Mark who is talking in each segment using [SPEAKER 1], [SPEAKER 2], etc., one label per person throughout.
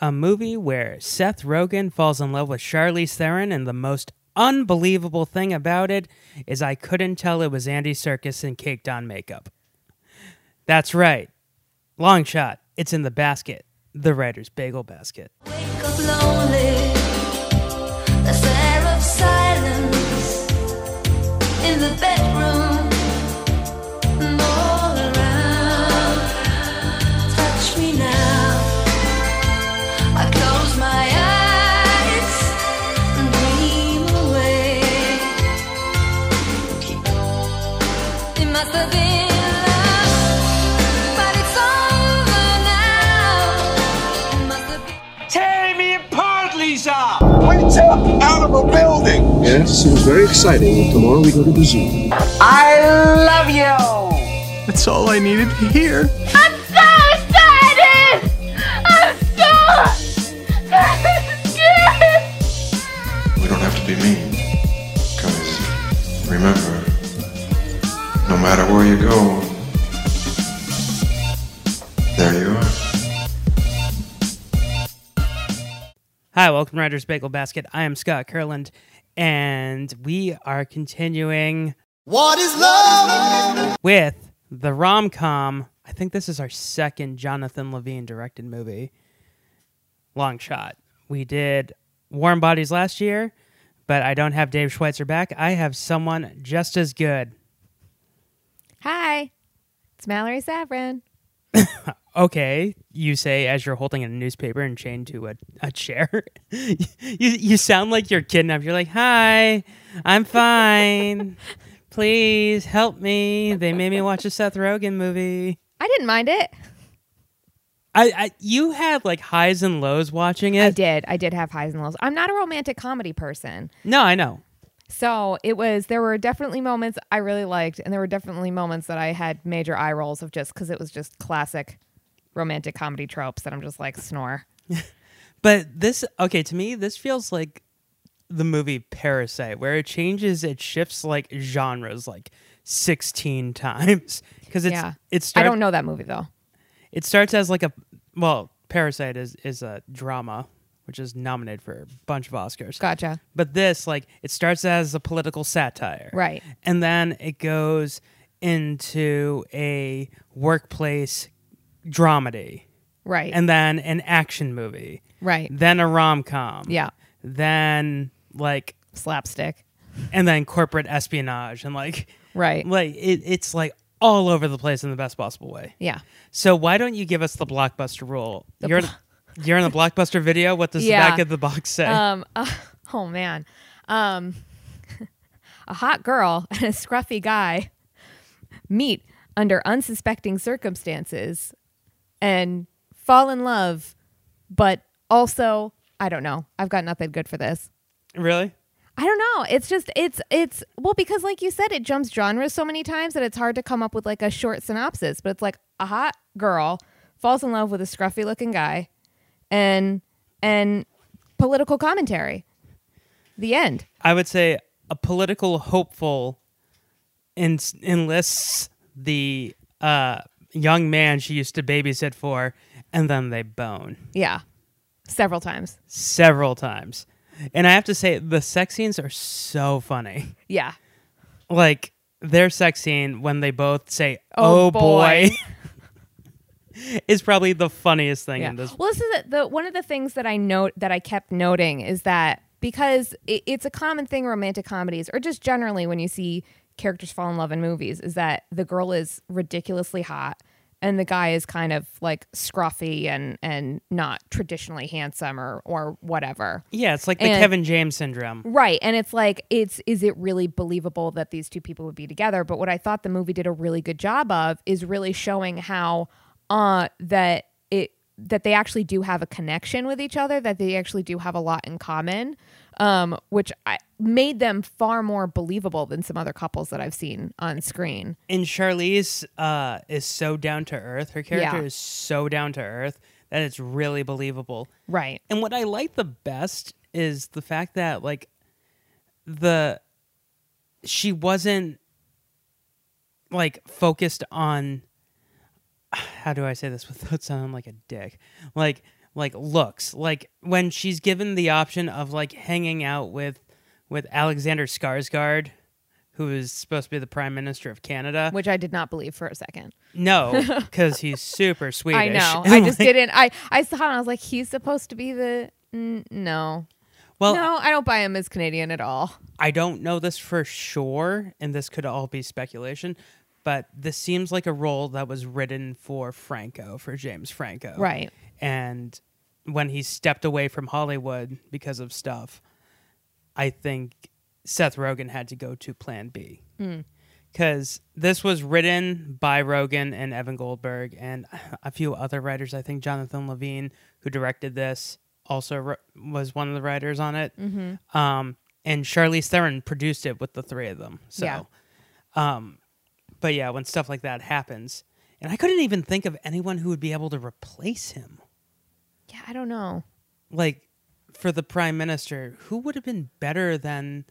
[SPEAKER 1] a movie where Seth Rogen falls in love with Charlize Theron, and the most unbelievable thing about it is I couldn't tell it was Andy Serkis in caked on makeup. That's right. Long shot. It's in the basket. The writer's bagel basket.
[SPEAKER 2] Wake up lonely, the stare of silence in the bedroom and all around. Touch me now. I close my eyes and dream away. It must have been love, but it's over now. It must have been.
[SPEAKER 3] Tear me apart, Lisa!
[SPEAKER 4] Wait up! Out of a building!
[SPEAKER 5] Yes, it was very exciting. Tomorrow we go to the zoo.
[SPEAKER 3] I love you!
[SPEAKER 6] That's all I needed to hear.
[SPEAKER 7] We don't have to be mean. Because remember, no matter where you go, there you are.
[SPEAKER 1] Hi, welcome to Writer's Bagel Basket. I am Scott Kurland, and we are continuing
[SPEAKER 8] What is love?
[SPEAKER 1] with the rom com. I think this is our second Jonathan Levine directed movie. Long shot. We did Warm Bodies last year, but I don't have Dave Schweitzer back. I have someone just as good.
[SPEAKER 9] Hi, it's Mallory Savran.
[SPEAKER 1] Okay, you say as you're holding a newspaper and chained to a, a chair. you, you sound like you're kidnapped. You're like, hi, I'm fine. Please help me. They made me watch a Seth Rogen movie.
[SPEAKER 9] I didn't mind it.
[SPEAKER 1] I, I you had like highs and lows watching it.
[SPEAKER 9] I did. I did have highs and lows. I'm not a romantic comedy person.
[SPEAKER 1] No, I know.
[SPEAKER 9] So it was, there were definitely moments I really liked, and there were definitely moments that I had major eye rolls of just because it was just classic romantic comedy tropes that I'm just like, snore.
[SPEAKER 1] But this okay, to me this feels like the movie Parasite where it changes it shifts like genres like 16 times cuz it's
[SPEAKER 9] yeah.
[SPEAKER 1] it
[SPEAKER 9] I
[SPEAKER 1] starts
[SPEAKER 9] don't know that movie though.
[SPEAKER 1] it starts as like a well, Parasite is is a drama which is nominated for a bunch of Oscars.
[SPEAKER 9] Gotcha.
[SPEAKER 1] But this, like, it starts as a political satire.
[SPEAKER 9] Right.
[SPEAKER 1] And then it goes into a workplace dramedy
[SPEAKER 9] Right.
[SPEAKER 1] and then an action movie,
[SPEAKER 9] right.
[SPEAKER 1] then a rom com.
[SPEAKER 9] Yeah.
[SPEAKER 1] Then, like,
[SPEAKER 9] Slapstick.
[SPEAKER 1] and then corporate espionage. And, like,
[SPEAKER 9] Right.
[SPEAKER 1] like it, it's like all over the place in the best possible way.
[SPEAKER 9] Yeah.
[SPEAKER 1] So, why don't you give us the blockbuster rule? you're, you're in the blockbuster video. What does
[SPEAKER 9] Yeah.
[SPEAKER 1] the back of the box say?
[SPEAKER 9] Um, uh, oh man, um, a hot girl and a scruffy guy meet under unsuspecting circumstances and fall in love, but also I don't know. I've got nothing good for this.
[SPEAKER 1] really?
[SPEAKER 9] I don't know. It's just it's it's well because like you said, it jumps genres so many times that it's hard to come up with like a short synopsis. But it's like a hot girl falls in love with a scruffy looking guy, and and political commentary. The end.
[SPEAKER 1] I would say a political hopeful en- enlists the uh, young man she used to babysit for, and then they bone
[SPEAKER 9] Yeah, several times.
[SPEAKER 1] several times. And I have to say, the sex scenes are so funny.
[SPEAKER 9] Yeah.
[SPEAKER 1] Like their sex scene when they both say, "Oh,
[SPEAKER 9] Oh,
[SPEAKER 1] boy,", is probably the funniest thing in this.
[SPEAKER 9] Well, this is the, the one of the things that I note that I kept noting is that because it, it's a common thing, in romantic comedies or just generally when you see characters fall in love in movies, is that the girl is ridiculously hot and the guy is kind of like scruffy and and not traditionally handsome or or whatever.
[SPEAKER 1] Yeah, it's like the
[SPEAKER 9] And-
[SPEAKER 1] Kevin James syndrome.
[SPEAKER 9] Right. And it's like, it's is it really believable that these two people would be together? But what I thought the movie did a really good job of is really showing how uh that it that they actually do have a connection with each other, that they actually do have a lot in common, um, which I, made them far more believable than some other couples that I've seen on screen.
[SPEAKER 1] And Charlize uh, is so down to earth. Her character
[SPEAKER 9] Yeah.
[SPEAKER 1] is so down to earth that it's really believable.
[SPEAKER 9] Right.
[SPEAKER 1] And what I like the best is the fact that like the she wasn't like focused on how do I say this without sounding like a dick? Like like looks like when she's given the option of like hanging out with with Alexander Skarsgård who is supposed to be the prime minister of Canada
[SPEAKER 9] which I did not believe for a second.
[SPEAKER 1] no cuz he's super Swedish
[SPEAKER 9] I know. I just didn't. I I saw it and I was like, he's supposed to be the n- no.
[SPEAKER 1] well
[SPEAKER 9] no, I don't buy him as Canadian at all.
[SPEAKER 1] I don't know this for sure, and this could all be speculation, but this seems like a role that was written for Franco, for James Franco.
[SPEAKER 9] Right.
[SPEAKER 1] And when he stepped away from Hollywood because of stuff, I think Seth Rogen had to go to plan B. Because this was written by Rogen and Evan Goldberg and a few other writers. I think Jonathan Levine, who directed this, also wr- was one of the writers on it. Um, and Charlize Theron produced it with the three of them. So,
[SPEAKER 9] Yeah.
[SPEAKER 1] um, but yeah, when stuff like that happens, and I couldn't even think of anyone who would be able to replace him.
[SPEAKER 9] Yeah, I don't know.
[SPEAKER 1] Like for the prime minister, who would have been better than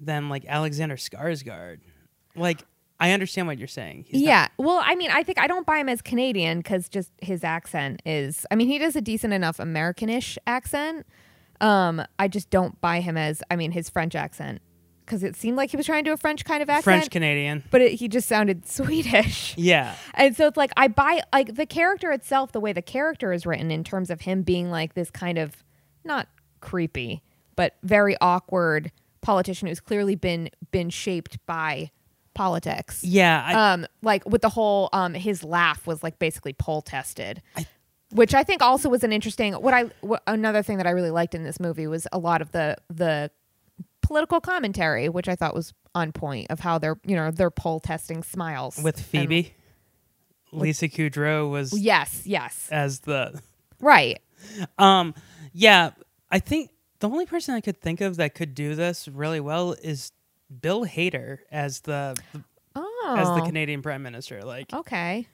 [SPEAKER 1] than like Alexander Skarsgård? Like, I understand what you're saying. He's not-
[SPEAKER 9] yeah. well, I mean, I think I don't buy him as Canadian because just his accent is. I mean, he does a decent enough Americanish accent. Um, I just don't buy him as. I mean, his French accent because it seemed like he was trying to do a French kind of accent,
[SPEAKER 1] French Canadian.
[SPEAKER 9] but it, he just sounded Swedish.
[SPEAKER 1] Yeah.
[SPEAKER 9] And so it's like I buy like the character itself, the way the character is written in terms of him being like this kind of not creepy, but very awkward politician who's clearly been been shaped by politics.
[SPEAKER 1] Yeah. I,
[SPEAKER 9] Um like with the whole um his laugh was like basically poll tested. which I think also was an interesting what I what, another thing that I really liked in this movie was a lot of the the political commentary which I thought was on point of how they're you know they're poll testing smiles
[SPEAKER 1] with
[SPEAKER 9] and-
[SPEAKER 1] Phoebe. Lisa Kudrow was
[SPEAKER 9] Yes, yes.
[SPEAKER 1] as the
[SPEAKER 9] Right.
[SPEAKER 1] Um, yeah, I think the only person I could think of that could do this really well is Bill Hader as the,
[SPEAKER 9] Oh.
[SPEAKER 1] as the Canadian Prime Minister, like
[SPEAKER 9] Okay.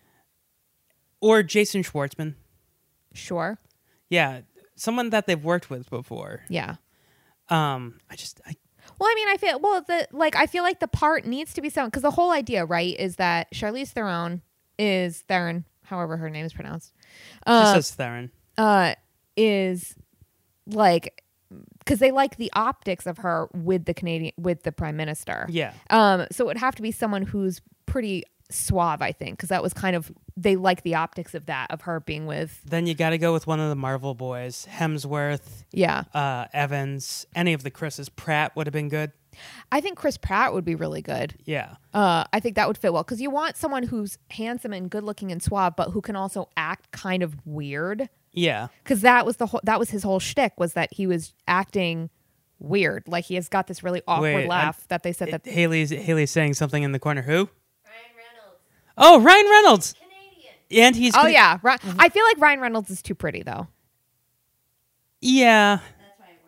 [SPEAKER 1] or Jason Schwartzman.
[SPEAKER 9] Sure.
[SPEAKER 1] Yeah, someone that they've worked with before.
[SPEAKER 9] Yeah.
[SPEAKER 1] Um, I just I,
[SPEAKER 9] Well, I mean, I feel well. The like, I feel like the part needs to be sound because the whole idea, right, is that Charlize Theron is Theron, however her name is pronounced,
[SPEAKER 1] she says Theron.
[SPEAKER 9] uh, is like because they like the optics of her with the Canadian with the prime minister.
[SPEAKER 1] Yeah,
[SPEAKER 9] Um, so it would have to be someone who's pretty suave, I think, because that was kind of they like the optics of that of her being with
[SPEAKER 1] then you got to go with one of the Marvel boys, Hemsworth,
[SPEAKER 9] yeah.
[SPEAKER 1] uh, Evans, any of the Chris's. Pratt would have been good.
[SPEAKER 9] I think Chris Pratt would be really good.
[SPEAKER 1] Yeah,
[SPEAKER 9] Uh, I think that would fit well because you want someone who's handsome and good looking and suave, but who can also act kind of weird.
[SPEAKER 1] yeah,
[SPEAKER 9] Because that was the whole that was his whole shtick was that he was acting weird, like he has got this really awkward
[SPEAKER 1] Wait,
[SPEAKER 9] laugh
[SPEAKER 1] I'm-
[SPEAKER 9] that they said that.
[SPEAKER 1] Haley's Haley's saying something in the corner. Who?
[SPEAKER 2] Ryan Reynolds,
[SPEAKER 1] Oh, Ryan Reynolds.
[SPEAKER 2] Canadian.
[SPEAKER 1] And he's
[SPEAKER 9] oh
[SPEAKER 1] Cana-
[SPEAKER 9] yeah, Ry-
[SPEAKER 1] Mm-hmm.
[SPEAKER 9] I feel like Ryan Reynolds is too pretty though.
[SPEAKER 1] Yeah.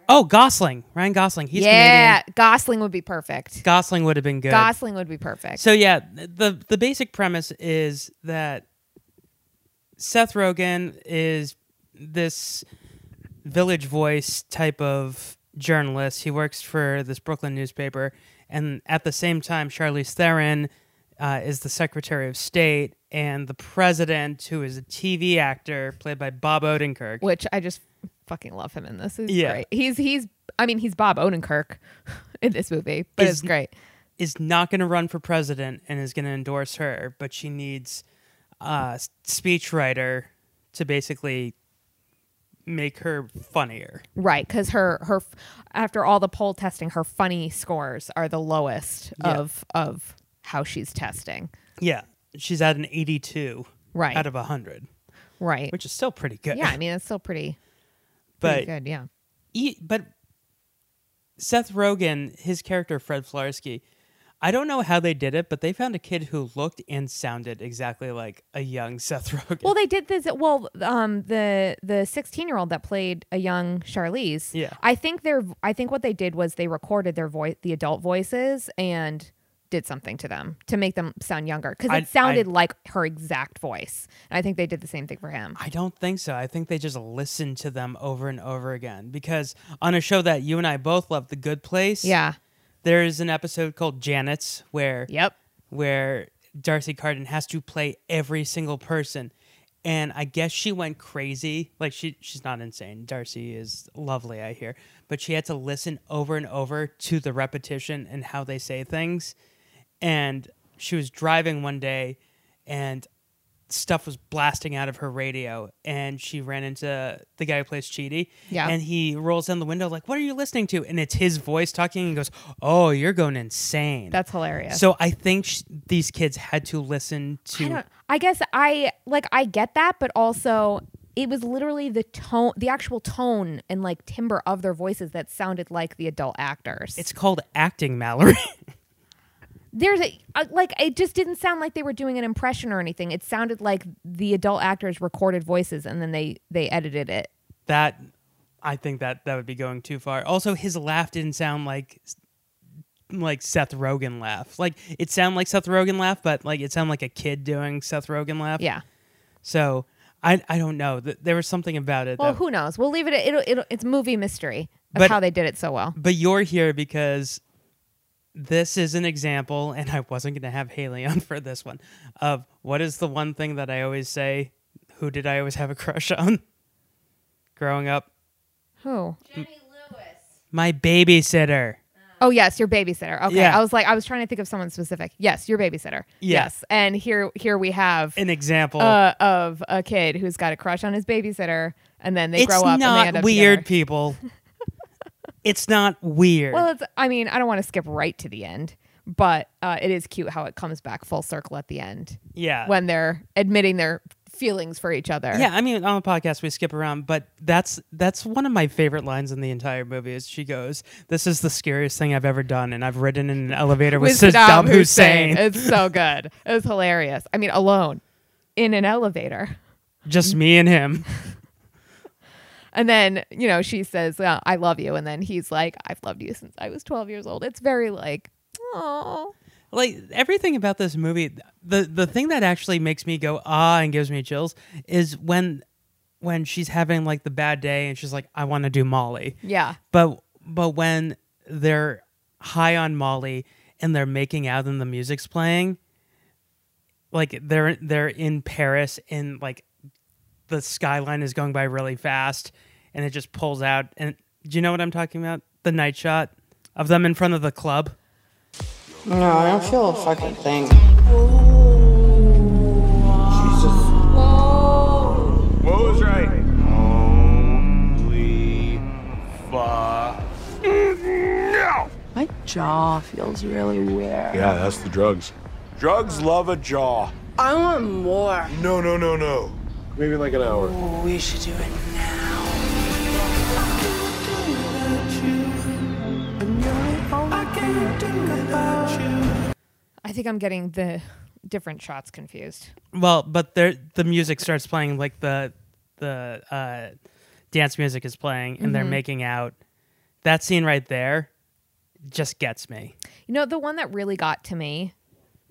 [SPEAKER 1] Oh, Gosling. Ryan Gosling. He's
[SPEAKER 9] yeah,
[SPEAKER 1] Canadian.
[SPEAKER 9] Gosling would be perfect.
[SPEAKER 1] Gosling would have been good.
[SPEAKER 9] Gosling would be perfect.
[SPEAKER 1] so yeah, the the basic premise is that Seth Rogen is this village voice type of journalist. He works for this Brooklyn newspaper, and at the same time, Charlize Theron uh, is the Secretary of State, and the president, who is a TV actor played by Bob Odenkirk.
[SPEAKER 9] which I just fucking love him in this. He's
[SPEAKER 1] Yeah.
[SPEAKER 9] great. He's he's I mean he's Bob Odenkirk in this movie, but
[SPEAKER 1] Is-
[SPEAKER 9] it's great.
[SPEAKER 1] is not going to run for president and is going to endorse her, but she needs a speechwriter to basically make her funnier.
[SPEAKER 9] Right, because her her after all the poll testing, her funny scores are the lowest
[SPEAKER 1] Yeah.
[SPEAKER 9] of of how she's testing.
[SPEAKER 1] Yeah, she's at an 82
[SPEAKER 9] Right.
[SPEAKER 1] out of 100,
[SPEAKER 9] Right.
[SPEAKER 1] which is still pretty good.
[SPEAKER 9] yeah, I mean it's still pretty,
[SPEAKER 1] but
[SPEAKER 9] pretty good. Yeah.
[SPEAKER 1] e- but Seth Rogen, his character Fred Flarsky, I don't know how they did it, but they found a kid who looked and sounded exactly like a young Seth Rogen.
[SPEAKER 9] Well, they did this. Well, um, the the sixteen year old that played a young Charlize.
[SPEAKER 1] Yeah.
[SPEAKER 9] I think their I think what they did was they recorded their voice, the adult voices, and did something to them to make them sound younger because
[SPEAKER 1] I- I-
[SPEAKER 9] it sounded like her exact voice. And I think they did the same thing for him.
[SPEAKER 1] I don't think so. I think they just listen to them over and over again because on a show that you and I both love, The Good Place,
[SPEAKER 9] Yeah.
[SPEAKER 1] there is an episode called Janet's where
[SPEAKER 9] Yep.
[SPEAKER 1] where Darcy Carden has to play every single person and I guess she went crazy. Like she she's not insane. Darcy is lovely, I hear, but she had to listen over and over to the repetition and how they say things. And she was driving one day, and stuff was blasting out of her radio, and she ran into the guy who plays Cheaty.
[SPEAKER 9] Yeah.
[SPEAKER 1] and he rolls down the window like, "What are you listening to?" And it's his voice talking. And he goes, "Oh, you're going insane."
[SPEAKER 9] That's hilarious.
[SPEAKER 1] So I think sh- these kids had to listen to.
[SPEAKER 9] I don't. I guess I like I get that, but also it was literally the tone, the actual tone and like timbre of their voices that sounded like the adult actors.
[SPEAKER 1] It's called acting, Mallory.
[SPEAKER 9] there's a uh, like it just didn't sound like they were doing an impression or anything. It sounded like the adult actors recorded voices and then they they edited it.
[SPEAKER 1] that I think that that would be going too far. Also, his laugh didn't sound like like Seth Rogen laugh. Like it sounded like Seth Rogen laugh, but like it sounded like a kid doing Seth Rogen laugh.
[SPEAKER 9] Yeah.
[SPEAKER 1] So I I don't know. Th- There was something about it.
[SPEAKER 9] Well,
[SPEAKER 1] that-
[SPEAKER 9] who knows? We'll leave it. It'll, it'll, it's movie mystery of
[SPEAKER 1] But- Mm.
[SPEAKER 9] how they did it so well.
[SPEAKER 1] but you're here because this is an example, and I wasn't going to have Haley on for this one. Of what is the one thing that I always say? Who did I always have a crush on? Growing up,
[SPEAKER 9] Who?
[SPEAKER 1] my babysitter.
[SPEAKER 9] Oh yes, your babysitter. Okay,
[SPEAKER 1] Yeah.
[SPEAKER 9] I was like, I was trying to think of someone specific. Yes, your babysitter.
[SPEAKER 1] Yeah.
[SPEAKER 9] Yes, and here here we have
[SPEAKER 1] An example.
[SPEAKER 9] uh, of a kid who's got a crush on his babysitter, and then they
[SPEAKER 1] it's
[SPEAKER 9] grow up.
[SPEAKER 1] not
[SPEAKER 9] and they end up
[SPEAKER 1] weird,
[SPEAKER 9] together.
[SPEAKER 1] people. it's not weird.
[SPEAKER 9] Well, it's. I mean, I don't want to skip right to the end, but uh, it is cute how it comes back full circle at the end
[SPEAKER 1] yeah.
[SPEAKER 9] when they're admitting their feelings for each other.
[SPEAKER 1] yeah, I mean, on the podcast we skip around, but that's that's one of my favorite lines in the entire movie. Is she goes, "This is the scariest thing I've ever done, and I've ridden in an elevator with, Saddam, Hussein."
[SPEAKER 9] It's so good. It's hilarious. I mean, alone in an elevator.
[SPEAKER 1] Just me and him.
[SPEAKER 9] And then, you know, she says, well, I love you. And then he's like, I've loved you since I was 12 years old. It's very like, oh,
[SPEAKER 1] like everything about this movie the the thing that actually makes me go ah and gives me chills is when when she's having like the bad day and she's like i want to do molly
[SPEAKER 9] Yeah.
[SPEAKER 1] but but when they're high on molly and they're making out and the music's playing like they're they're in paris and like the skyline is going by really fast and it just pulls out and do you know what i'm talking about the night shot of them in front of the club
[SPEAKER 10] No, I don't feel a fucking thing. Jesus.
[SPEAKER 3] Who's right? Holy fuck.
[SPEAKER 10] My jaw feels really weird.
[SPEAKER 6] Yeah, that's the drugs.
[SPEAKER 3] Drugs love a jaw.
[SPEAKER 10] I want more.
[SPEAKER 7] No, no, no, no.
[SPEAKER 5] Maybe like an hour.
[SPEAKER 10] We should do it now.
[SPEAKER 9] I think I'm getting the different shots confused.
[SPEAKER 1] Well, but there the music starts playing like the the uh, dance music is playing and they're making out. That scene right there just gets me.
[SPEAKER 9] You know, the one that really got to me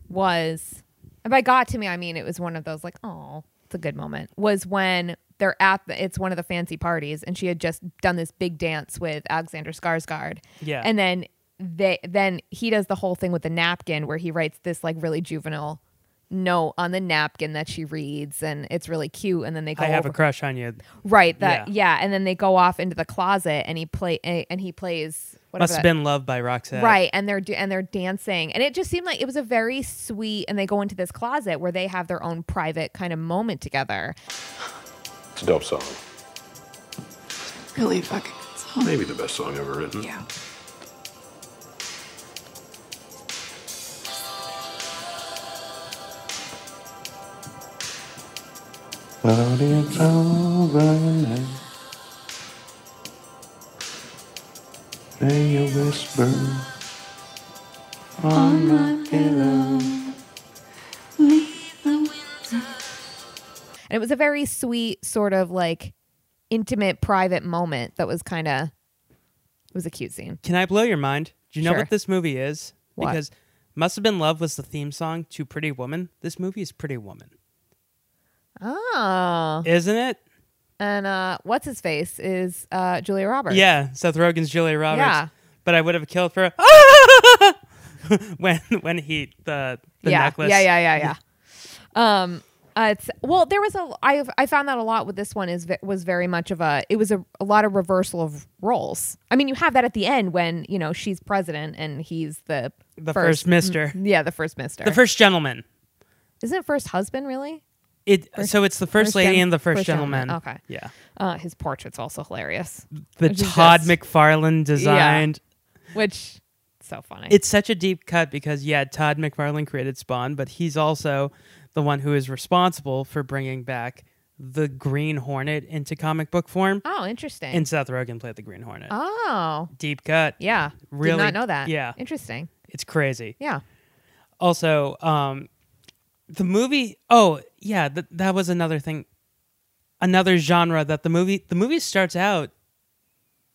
[SPEAKER 9] was, and by got to me, I mean it was one of those like, oh, it's a good moment. Was when they're at the, it's one of the fancy parties, and she had just done this big dance with Alexander Skarsgård.
[SPEAKER 1] Yeah.
[SPEAKER 9] and then they then he does the whole thing with the napkin where he writes this like really juvenile note on the napkin that she reads, and it's really cute. And then they go
[SPEAKER 1] I have
[SPEAKER 9] over,
[SPEAKER 1] a crush on you.
[SPEAKER 9] right that
[SPEAKER 1] Yeah.
[SPEAKER 9] yeah. and then they go off into the closet, and he play and he plays.
[SPEAKER 1] Must
[SPEAKER 9] whatever
[SPEAKER 1] have
[SPEAKER 9] that-
[SPEAKER 1] been love by Roxette.
[SPEAKER 9] right and they're do- and they're dancing and it just seemed like it was a very sweet and they go into this closet where they have their own private kind of moment together
[SPEAKER 5] It's a dope song.
[SPEAKER 10] Really fucking good song.
[SPEAKER 5] Maybe the best song ever written.
[SPEAKER 10] Yeah.
[SPEAKER 7] Floating overhead. May you whisper on my pillow.
[SPEAKER 9] and it was a very sweet sort of like intimate private moment that was kind of it was a cute scene
[SPEAKER 1] Can I blow your mind? Do you know
[SPEAKER 9] Sure.
[SPEAKER 1] what this movie is?
[SPEAKER 9] What?
[SPEAKER 1] Because Must Have Been Love was the theme song to Pretty Woman. This movie is Pretty Woman.
[SPEAKER 9] oh
[SPEAKER 1] Isn't it?
[SPEAKER 9] and uh what's his face is uh julia roberts
[SPEAKER 1] Yeah, Seth Rogen's Julia Roberts.
[SPEAKER 9] Yeah.
[SPEAKER 1] But I would have killed for when when he the the
[SPEAKER 9] yeah
[SPEAKER 1] necklace.
[SPEAKER 9] yeah yeah yeah yeah um Uh, it's well, there was a I I found that a lot with this one is ve- was very much of a it was a, a lot of reversal of roles. I mean, you have that at the end when you know she's president and he's the
[SPEAKER 1] The first mister.
[SPEAKER 9] Yeah, the first mister.
[SPEAKER 1] The first gentleman.
[SPEAKER 9] isn't it first husband really?
[SPEAKER 1] It so it's the first, lady
[SPEAKER 9] gen-
[SPEAKER 1] and the first,
[SPEAKER 9] first
[SPEAKER 1] gentleman.
[SPEAKER 9] gentleman, okay.
[SPEAKER 1] Yeah.
[SPEAKER 9] Uh, his portrait's also hilarious,
[SPEAKER 1] The
[SPEAKER 9] Which is
[SPEAKER 1] Todd
[SPEAKER 9] just-
[SPEAKER 1] McFarlane designed.
[SPEAKER 9] which so funny.
[SPEAKER 1] It's such a deep cut because yeah, Todd McFarlane created Spawn, but he's also the one who is responsible for bringing back the Green Hornet into comic book form.
[SPEAKER 9] oh interesting.
[SPEAKER 1] And Seth Rogen played the Green Hornet.
[SPEAKER 9] oh
[SPEAKER 1] Deep cut.
[SPEAKER 9] yeah,
[SPEAKER 1] Really-
[SPEAKER 9] did not know that.
[SPEAKER 1] yeah.
[SPEAKER 9] interesting.
[SPEAKER 1] It's crazy.
[SPEAKER 9] Yeah,
[SPEAKER 1] Also, um, the movie. Oh yeah, th- that was another thing. Another genre that the movie the movie starts out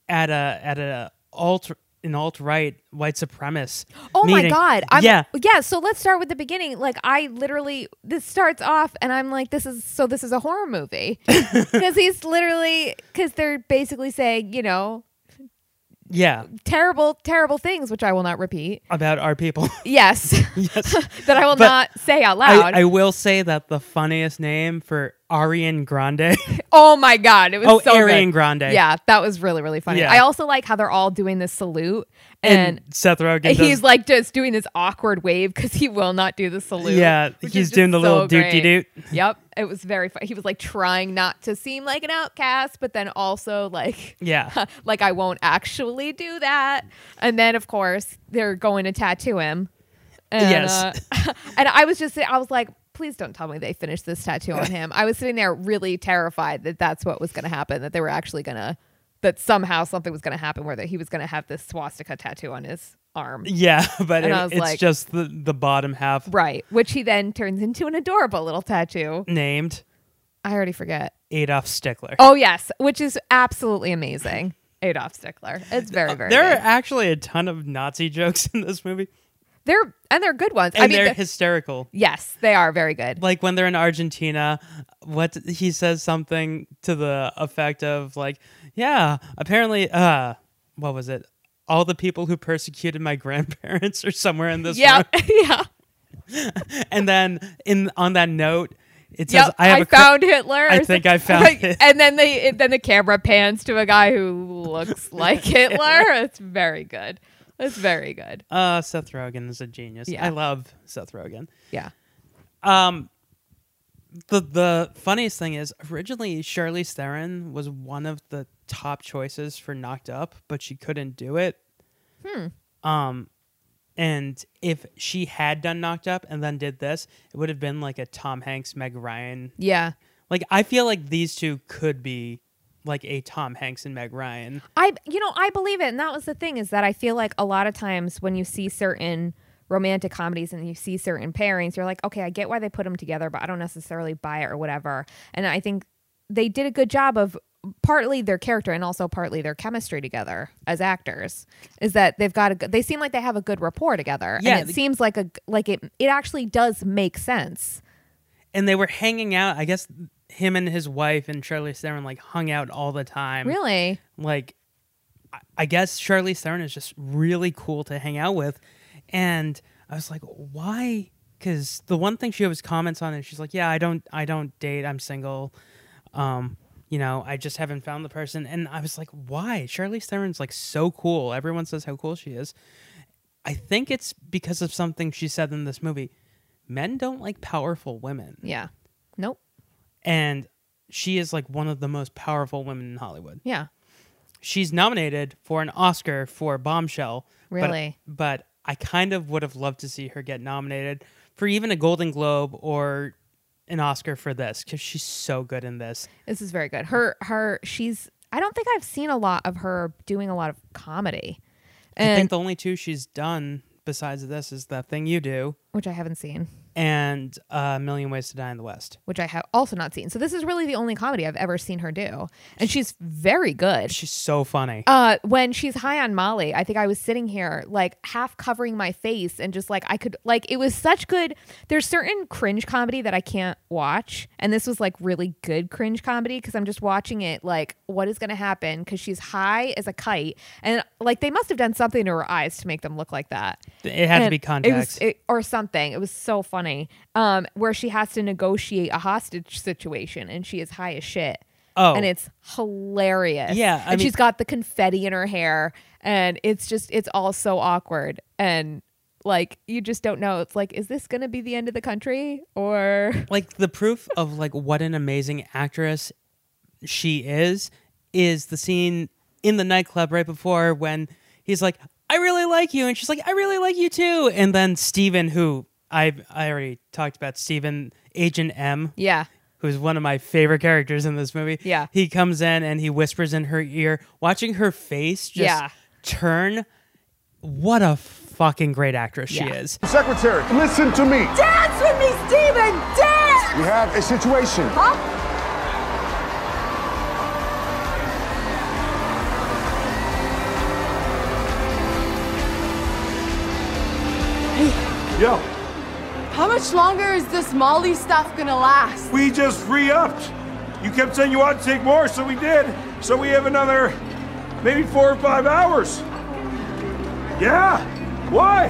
[SPEAKER 1] at a at a alt an alt right white supremacist.
[SPEAKER 9] Oh
[SPEAKER 1] meeting.
[SPEAKER 9] my god! I'm,
[SPEAKER 1] yeah,
[SPEAKER 9] yeah. So let's start with the beginning. Like I literally, this starts off, and I'm like, this is so. This is a horror movie because he's literally because they're basically saying, you know,
[SPEAKER 1] yeah,
[SPEAKER 9] terrible, terrible things, which I will not repeat.
[SPEAKER 1] about our people.
[SPEAKER 9] Yes,
[SPEAKER 1] yes,
[SPEAKER 9] that I will
[SPEAKER 1] But
[SPEAKER 9] not say out loud.
[SPEAKER 1] I, I will say that the funniest name for Arian Grande.
[SPEAKER 9] oh my god, it was
[SPEAKER 1] oh,
[SPEAKER 9] so
[SPEAKER 1] Arian
[SPEAKER 9] good.
[SPEAKER 1] Grande.
[SPEAKER 9] Yeah, that was really really funny.
[SPEAKER 1] Yeah.
[SPEAKER 9] I also like how they're all doing this salute
[SPEAKER 1] and,
[SPEAKER 9] and.
[SPEAKER 1] Seth Rogen.
[SPEAKER 9] he's
[SPEAKER 1] does-
[SPEAKER 9] like just doing this awkward wave because he will not do the salute.
[SPEAKER 1] yeah,
[SPEAKER 9] which
[SPEAKER 1] he's
[SPEAKER 9] is
[SPEAKER 1] doing the
[SPEAKER 9] just
[SPEAKER 1] little
[SPEAKER 9] so
[SPEAKER 1] doot
[SPEAKER 9] great.
[SPEAKER 1] doot.
[SPEAKER 9] Yep. It was very fun. He was like trying not to seem like an outcast, but then also like
[SPEAKER 1] Yeah,
[SPEAKER 9] like I won't actually do that. And then of course they're going to tattoo him. And,
[SPEAKER 1] Yes.
[SPEAKER 9] uh, and I was just I was like, please don't tell me they finished this tattoo on him. I was sitting there really terrified that that's what was going to happen. That they were actually going to that somehow something was going to happen where that he was going to have this swastika tattoo on his arm.
[SPEAKER 1] yeah, but
[SPEAKER 9] And
[SPEAKER 1] it-
[SPEAKER 9] I was
[SPEAKER 1] it's
[SPEAKER 9] like-
[SPEAKER 1] just the the bottom half
[SPEAKER 9] Right, which he then turns into an adorable little tattoo.
[SPEAKER 1] named
[SPEAKER 9] I already forget.
[SPEAKER 1] Adolf Stickler.
[SPEAKER 9] Oh yes, which is absolutely amazing. Adolf Stickler. It's very very.
[SPEAKER 1] Uh, there are
[SPEAKER 9] They're
[SPEAKER 1] actually a ton of Nazi jokes in this movie,
[SPEAKER 9] they're and they're good ones.
[SPEAKER 1] and
[SPEAKER 9] I mean,
[SPEAKER 1] they're
[SPEAKER 9] the-
[SPEAKER 1] hysterical.
[SPEAKER 9] yes, they are very good.
[SPEAKER 1] Like when they're in Argentina, what he says something to the effect of like, "Yeah, apparently, uh, what was it? All the people who persecuted my grandparents are somewhere in this
[SPEAKER 9] Yeah,
[SPEAKER 1] room."
[SPEAKER 9] yeah.
[SPEAKER 1] And then in on that note, it says,
[SPEAKER 9] Yep.
[SPEAKER 1] "I have
[SPEAKER 9] I,
[SPEAKER 1] a cra-
[SPEAKER 9] found Hitler.
[SPEAKER 1] I
[SPEAKER 9] or
[SPEAKER 1] think
[SPEAKER 9] some-
[SPEAKER 1] I found
[SPEAKER 9] like,
[SPEAKER 1] it.
[SPEAKER 9] And then they it, then the camera pans to a guy who looks like Hitler. It's very good. It's very good.
[SPEAKER 1] Uh, Seth Rogen is a genius.
[SPEAKER 9] Yeah.
[SPEAKER 1] I love Seth Rogen.
[SPEAKER 9] Yeah.
[SPEAKER 1] The the funniest thing is originally Charlize Theron was one of the top choices for Knocked Up, but she couldn't do it.
[SPEAKER 9] Hmm.
[SPEAKER 1] Um, and if she had done Knocked Up and then did this, it would have been like a Tom Hanks, Meg Ryan.
[SPEAKER 9] Yeah.
[SPEAKER 1] Like I feel like these two could be like a Tom Hanks and Meg Ryan.
[SPEAKER 9] I you know I believe it, and that was the thing is that I feel like a lot of times when you see certain romantic comedies and you see certain pairings, you're like, okay, I get why they put them together, but I don't necessarily buy it or whatever. And I think they did a good job of partly their character and also partly their chemistry together as actors is that they've got a good- they seem like they have a good rapport together
[SPEAKER 1] Yeah,
[SPEAKER 9] and
[SPEAKER 1] the-
[SPEAKER 9] it seems like a like it it actually does make sense
[SPEAKER 1] And they were hanging out. I guess him and his wife and Charlize Theron like hung out all the time.
[SPEAKER 9] really
[SPEAKER 1] like I- I guess Charlize Theron is just really cool to hang out with, and I was like, why? Because the one thing she always comments on is she's like, yeah, I don't, I don't date. I'm single. Um, you know, I just haven't found the person. And I was like, why? Charlize Theron's like so cool. Everyone says how cool she is. I think it's because of something she said in this movie. Men don't like powerful women,
[SPEAKER 9] yeah nope
[SPEAKER 1] and she is like one of the most powerful women in Hollywood
[SPEAKER 9] yeah
[SPEAKER 1] she's nominated for an Oscar for Bombshell. but-
[SPEAKER 9] Really?
[SPEAKER 1] But, I kind of would have loved to see her get nominated for even a Golden Globe or an Oscar for this because she's so good in this.
[SPEAKER 9] This is very good. Her her she's I don't think I've seen a lot of her doing a lot of comedy.
[SPEAKER 1] I
[SPEAKER 9] And
[SPEAKER 1] think the only two she's done besides this is that thing you do
[SPEAKER 9] which I haven't seen,
[SPEAKER 1] and uh, A Million Ways to Die in the West.
[SPEAKER 9] which I have also not seen. So this is really the only comedy I've ever seen her do. And she's very good.
[SPEAKER 1] She's so funny.
[SPEAKER 9] uh, when she's high on Molly, I think I was sitting here like half covering my face and just like I could like it was such good. There's certain cringe comedy that I can't watch, and this was like really good cringe comedy because I'm just watching it like what is going to happen because she's high as a kite, and like they must have done something to her eyes to make them look like that.
[SPEAKER 1] It had to
[SPEAKER 9] And
[SPEAKER 1] be
[SPEAKER 9] it was-
[SPEAKER 1] contacts.
[SPEAKER 9] it- or something. It was so funny. Um, where she has to negotiate a hostage situation, and she is high as shit.
[SPEAKER 1] Oh.
[SPEAKER 9] and it's hilarious.
[SPEAKER 1] Yeah, I
[SPEAKER 9] and
[SPEAKER 1] mean-
[SPEAKER 9] she's got the confetti in her hair, and it's just it's all so awkward, and like you just don't know. It's like, is this gonna be the end of the country or?
[SPEAKER 1] like the proof of like what an amazing actress she is is the scene in the nightclub right before when he's like i really like you and she's like i really like you too and then steven who i i already talked about steven agent m
[SPEAKER 9] Yeah,
[SPEAKER 1] who's one of my favorite characters in this movie
[SPEAKER 9] Yeah.
[SPEAKER 1] he comes in and he whispers in her ear watching her face just
[SPEAKER 9] Yeah.
[SPEAKER 1] turn what a fucking great actress she
[SPEAKER 9] Yeah.
[SPEAKER 1] is
[SPEAKER 3] Secretary, listen to me.
[SPEAKER 10] Dance with me, Steven! Dance!
[SPEAKER 3] We have a situation. Yo,
[SPEAKER 10] How much longer is this Molly stuff gonna last?
[SPEAKER 3] we just re-upped. You kept saying you wanted to take more, so we did. So we have another, maybe four or five hours. Yeah. Why?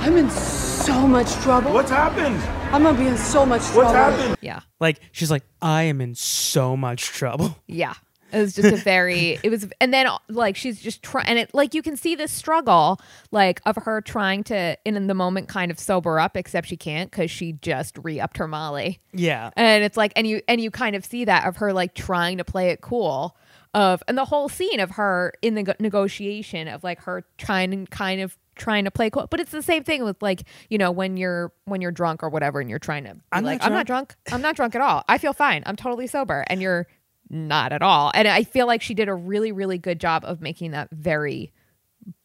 [SPEAKER 10] I'm in so much trouble.
[SPEAKER 3] What's happened?
[SPEAKER 10] I'm gonna be in so much trouble.
[SPEAKER 3] What's happened?
[SPEAKER 9] yeah.
[SPEAKER 1] like she's like i am in so much trouble
[SPEAKER 9] Yeah. It was just a very it was and then like she's just trying and it like you can see this struggle like of her trying to and in the moment kind of sober up except she can't cuz she just re-upped her Molly.
[SPEAKER 1] yeah
[SPEAKER 9] And it's like and you and you kind of see that of her like trying to play it cool of and the whole scene of her in the go- negotiation of like her trying and kind of trying to play cool but it's the same thing with like you know when you're when you're drunk or whatever and you're trying to be
[SPEAKER 1] I'm not
[SPEAKER 9] like I'm not drunk I'm not drunk at all I feel fine I'm totally sober and you're not at all and I feel like she did a really really good job of making that very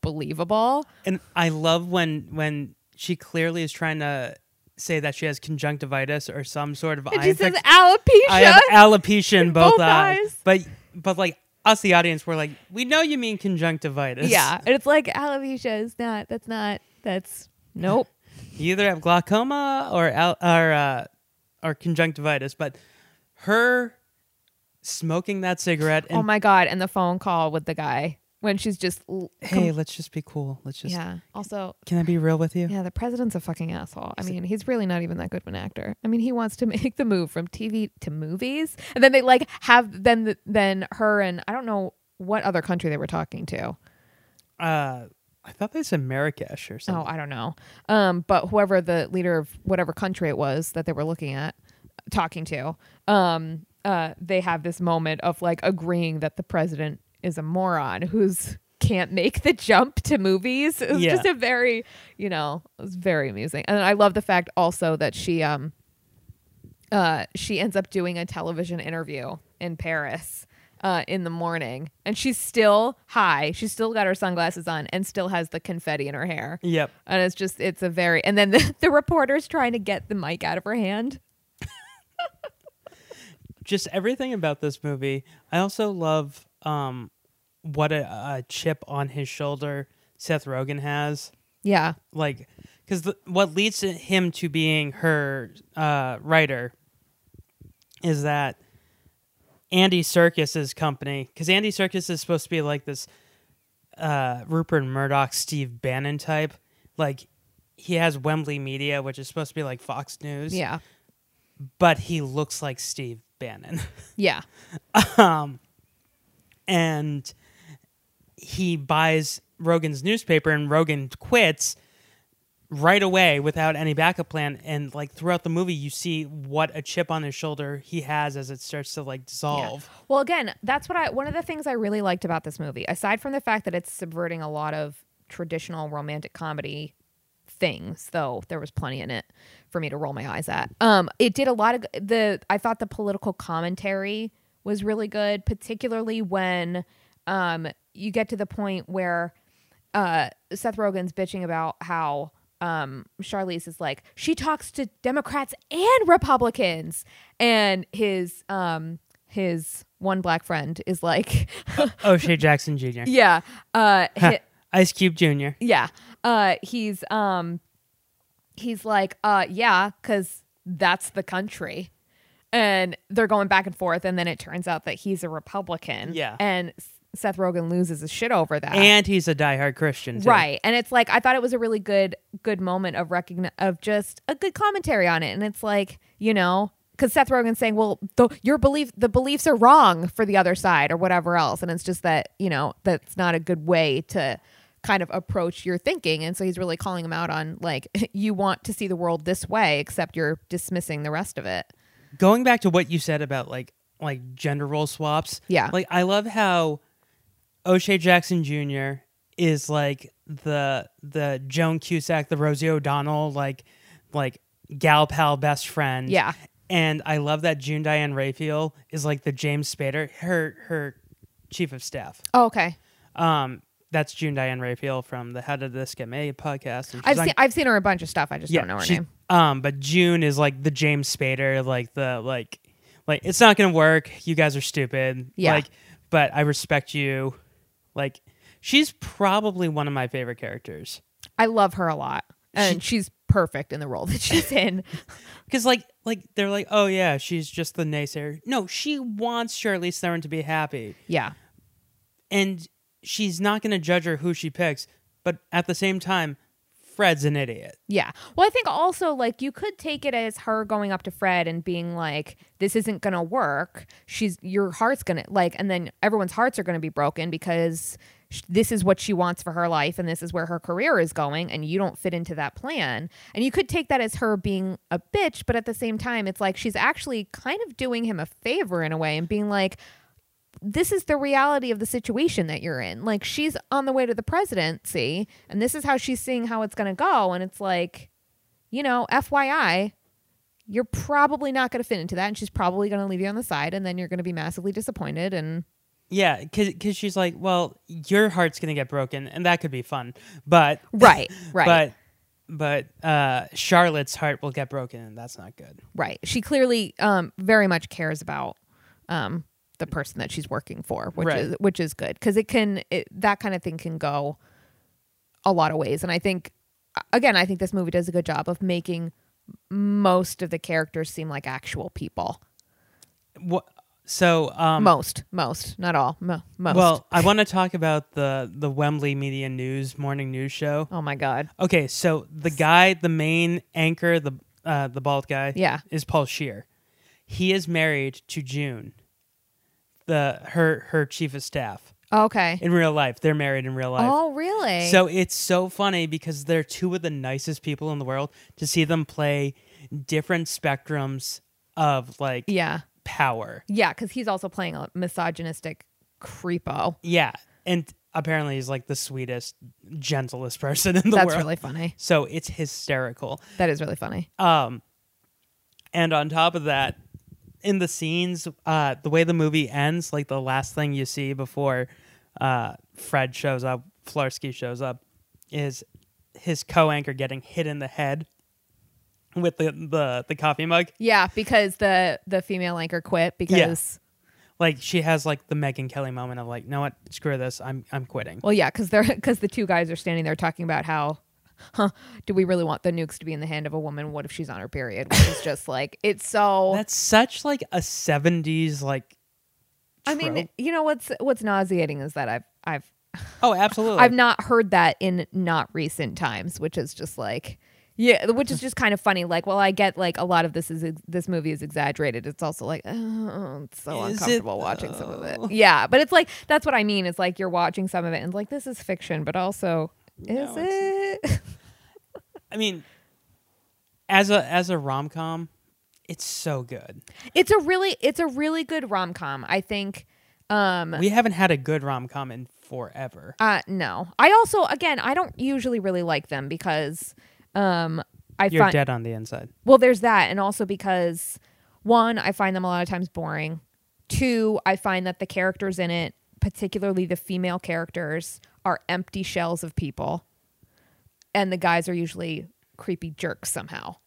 [SPEAKER 9] believable
[SPEAKER 1] and i love when when she clearly is trying to say that she has conjunctivitis or some sort of
[SPEAKER 9] and
[SPEAKER 1] eye
[SPEAKER 9] she says
[SPEAKER 1] infection.
[SPEAKER 9] alopecia
[SPEAKER 1] i have alopecia in both,
[SPEAKER 9] both
[SPEAKER 1] eyes.
[SPEAKER 9] eyes.
[SPEAKER 1] but but like us the audience were like we know you mean conjunctivitis
[SPEAKER 9] yeah and it's like alopecia is not that's not that's nope
[SPEAKER 1] you either have glaucoma or al- or uh, or conjunctivitis but her smoking that cigarette and
[SPEAKER 9] oh my god and the phone call with the guy when she's just l-
[SPEAKER 1] hey let's just be cool let's just
[SPEAKER 9] yeah also
[SPEAKER 1] can i be real with you
[SPEAKER 9] yeah the president's a fucking asshole i mean he's really not even that good of an actor i mean he wants to make the move from tv to movies and then they like have then the, then her and i don't know what other country they were talking to
[SPEAKER 1] uh i thought they said marrakesh or
[SPEAKER 9] oh
[SPEAKER 1] something
[SPEAKER 9] i don't know um but whoever the leader of whatever country it was that they were looking at talking to um uh they have this moment of like agreeing that the president is a moron who's can't make the jump to movies it was
[SPEAKER 1] Yeah.
[SPEAKER 9] just a very you know it was very amusing and i love the fact also that she um uh, she ends up doing a television interview in Paris uh, in the morning, and she's still high. She's still got her sunglasses on, and still has the confetti in her hair.
[SPEAKER 1] Yep.
[SPEAKER 9] And it's just it's a very and then the, the reporter's trying to get the mic out of her hand.
[SPEAKER 1] just everything about this movie. I also love um, what a, a chip on his shoulder Seth Rogen has,
[SPEAKER 9] Yeah.
[SPEAKER 1] like because what leads to him to being her uh, writer is that Andy Circus's company, because Andy Circus is supposed to be like this uh, Rupert Murdoch, Steve Bannon type, like. He has Wembley Media, which is supposed to be like Fox News,
[SPEAKER 9] Yeah.
[SPEAKER 1] but he looks like Steve Bannon.
[SPEAKER 9] Yeah.
[SPEAKER 1] and he buys Rogan's newspaper and Rogan quits right away without any backup plan and like throughout the movie you see what a chip on his shoulder he has as it starts to like dissolve.
[SPEAKER 9] Yeah. Well, again, that's what I one of the things I really liked about this movie, aside from the fact that it's subverting a lot of traditional romantic comedy things, though there was plenty in it for me to roll my eyes at. Um, it did a lot of the I thought the political commentary was really good, particularly when um you get to the point where uh, Seth Rogen's bitching about how um, Charlize is like she talks to Democrats and Republicans, and his um, his one black friend is like,
[SPEAKER 1] O'Shea Jackson Jr.
[SPEAKER 9] yeah, uh, hi-
[SPEAKER 1] Ice Cube Jr.
[SPEAKER 9] yeah, uh, he's um, he's like, uh, yeah, because that's the country. And they're going back and forth, and then it turns out that he's a Republican.
[SPEAKER 1] Yeah.
[SPEAKER 9] And Seth Rogen loses his shit over that.
[SPEAKER 1] and he's a diehard Christian, too.
[SPEAKER 9] Right. And it's like I thought it was a really good good moment of recogni- of just a good commentary on it. And it's like, you know, cuz Seth Rogen's saying, "Well, the, your belief the beliefs are wrong for the other side or whatever else." And it's just that, you know, that's not a good way to kind of approach your thinking. And so he's really calling him out on like you want to see the world this way except you're dismissing the rest of it.
[SPEAKER 1] Going back to what you said about like like gender role swaps.
[SPEAKER 9] Yeah.
[SPEAKER 1] Like I love how O'Shea Jackson Jr. is like the the Joan Cusack, the Rosie O'Donnell, like like gal pal best friend.
[SPEAKER 9] Yeah.
[SPEAKER 1] And I love that June Diane Raphael is like the James Spader, her her chief of staff.
[SPEAKER 9] Oh, okay.
[SPEAKER 1] Um, that's June Diane Raphael from the How Did This Get Made podcast. and she's
[SPEAKER 9] I've
[SPEAKER 1] on-
[SPEAKER 9] seen I've seen her in a bunch of stuff. I just
[SPEAKER 1] yeah,
[SPEAKER 9] don't know her
[SPEAKER 1] she-
[SPEAKER 9] name.
[SPEAKER 1] Um, but June is like the James Spader, like the like, like it's not gonna work. You guys are stupid.
[SPEAKER 9] Yeah.
[SPEAKER 1] Like, but I respect you. Like, she's probably one of my favorite characters
[SPEAKER 9] I love her a lot. And she's perfect in the role that she's in.
[SPEAKER 1] because like like they're like, oh yeah, she's just the naysayer. No, she wants Charlize Theron to be happy,
[SPEAKER 9] yeah.
[SPEAKER 1] and she's not gonna judge her who she picks. But at the same time, Fred's an idiot.
[SPEAKER 9] Yeah. Well, I think also like you could take it as her going up to Fred and being like, "This isn't gonna work." She's your heart's gonna like, and then everyone's hearts are gonna be broken because sh- this is what she wants for her life and this is where her career is going, and you don't fit into that plan. And you could take that as her being a bitch, but at the same time, it's like she's actually kind of doing him a favor in a way and being like, this is the reality of the situation that you're in. Like she's on the way to the presidency and this is how she's seeing how it's going to go and it's like, you know, FYI, you're probably not going to fit into that and she's probably going to leave you on the side and then you're going to be massively disappointed and
[SPEAKER 1] Yeah, because she's like, well, your heart's gonna get broken, and that could be fun, but
[SPEAKER 9] right, right.
[SPEAKER 1] but but uh, Charlotte's heart will get broken, and that's not good.
[SPEAKER 9] right. She clearly um very much cares about um the person that she's working for, which
[SPEAKER 1] Right.
[SPEAKER 9] is which is good cuz it can it, that kind of thing can go a lot of ways and I think again, I think this movie does a good job of making most of the characters seem like actual people.
[SPEAKER 1] Wha So, um,
[SPEAKER 9] most, most, not all. Mo- most.
[SPEAKER 1] well, I want to talk about the the Wembley Media News morning news show.
[SPEAKER 9] oh my god.
[SPEAKER 1] Okay, so the guy, the main anchor, the uh, the bald guy,
[SPEAKER 9] Yeah.
[SPEAKER 1] is Paul Shear. He is married to June, the her her chief of staff
[SPEAKER 9] Okay.
[SPEAKER 1] in real life. They're married in real life.
[SPEAKER 9] Oh, really?
[SPEAKER 1] So it's so funny because they're two of the nicest people in the world to see them play different spectrums of like
[SPEAKER 9] yeah.
[SPEAKER 1] power.
[SPEAKER 9] Yeah, cuz he's also playing a misogynistic creepo.
[SPEAKER 1] Yeah. And apparently he's like the sweetest, gentlest person in the
[SPEAKER 9] That's
[SPEAKER 1] world.
[SPEAKER 9] really funny.
[SPEAKER 1] so it's hysterical.
[SPEAKER 9] That is really funny.
[SPEAKER 1] And on top of that, in the scenes, uh, the way the movie ends, like the last thing you see before uh, Fred shows up, Flarsky shows up, is his co-anchor getting hit in the head with the the, the coffee mug.
[SPEAKER 9] yeah, because the the female anchor quit because
[SPEAKER 1] Like she has like the Megan Kelly moment of like, no what, screw this, I'm I'm quitting.
[SPEAKER 9] Well, yeah, because they're because the two guys are standing there talking about how, huh, do we really want the nukes to be in the hand of a woman? What if she's on her period? Which is just like it's so.
[SPEAKER 1] That's such like a '70s like.
[SPEAKER 9] I mean,
[SPEAKER 1] trope.
[SPEAKER 9] you know what's what's nauseating is that I've I've
[SPEAKER 1] oh, absolutely.
[SPEAKER 9] I've not heard that in not recent times, which is just like. Yeah, which is just kind of funny. Like, well, I get like a lot of this is this movie is exaggerated. It's also like oh, it's so
[SPEAKER 1] Is it,
[SPEAKER 9] uncomfortable watching some of it. Yeah, but it's like that's what I mean. It's like you're watching some of it and like this is fiction, but also is it?
[SPEAKER 1] I mean, as a as a rom com, it's so good.
[SPEAKER 9] It's a really it's a really good rom com. I think.
[SPEAKER 1] We haven't had a good rom com in forever.
[SPEAKER 9] Uh no. I also again I don't usually really like them because um I
[SPEAKER 1] You're
[SPEAKER 9] find
[SPEAKER 1] dead on the inside.
[SPEAKER 9] well there's that and also because one I find them a lot of times boring. Two I find that the characters in it, particularly the female characters, are empty shells of people, and the guys are usually creepy jerks somehow.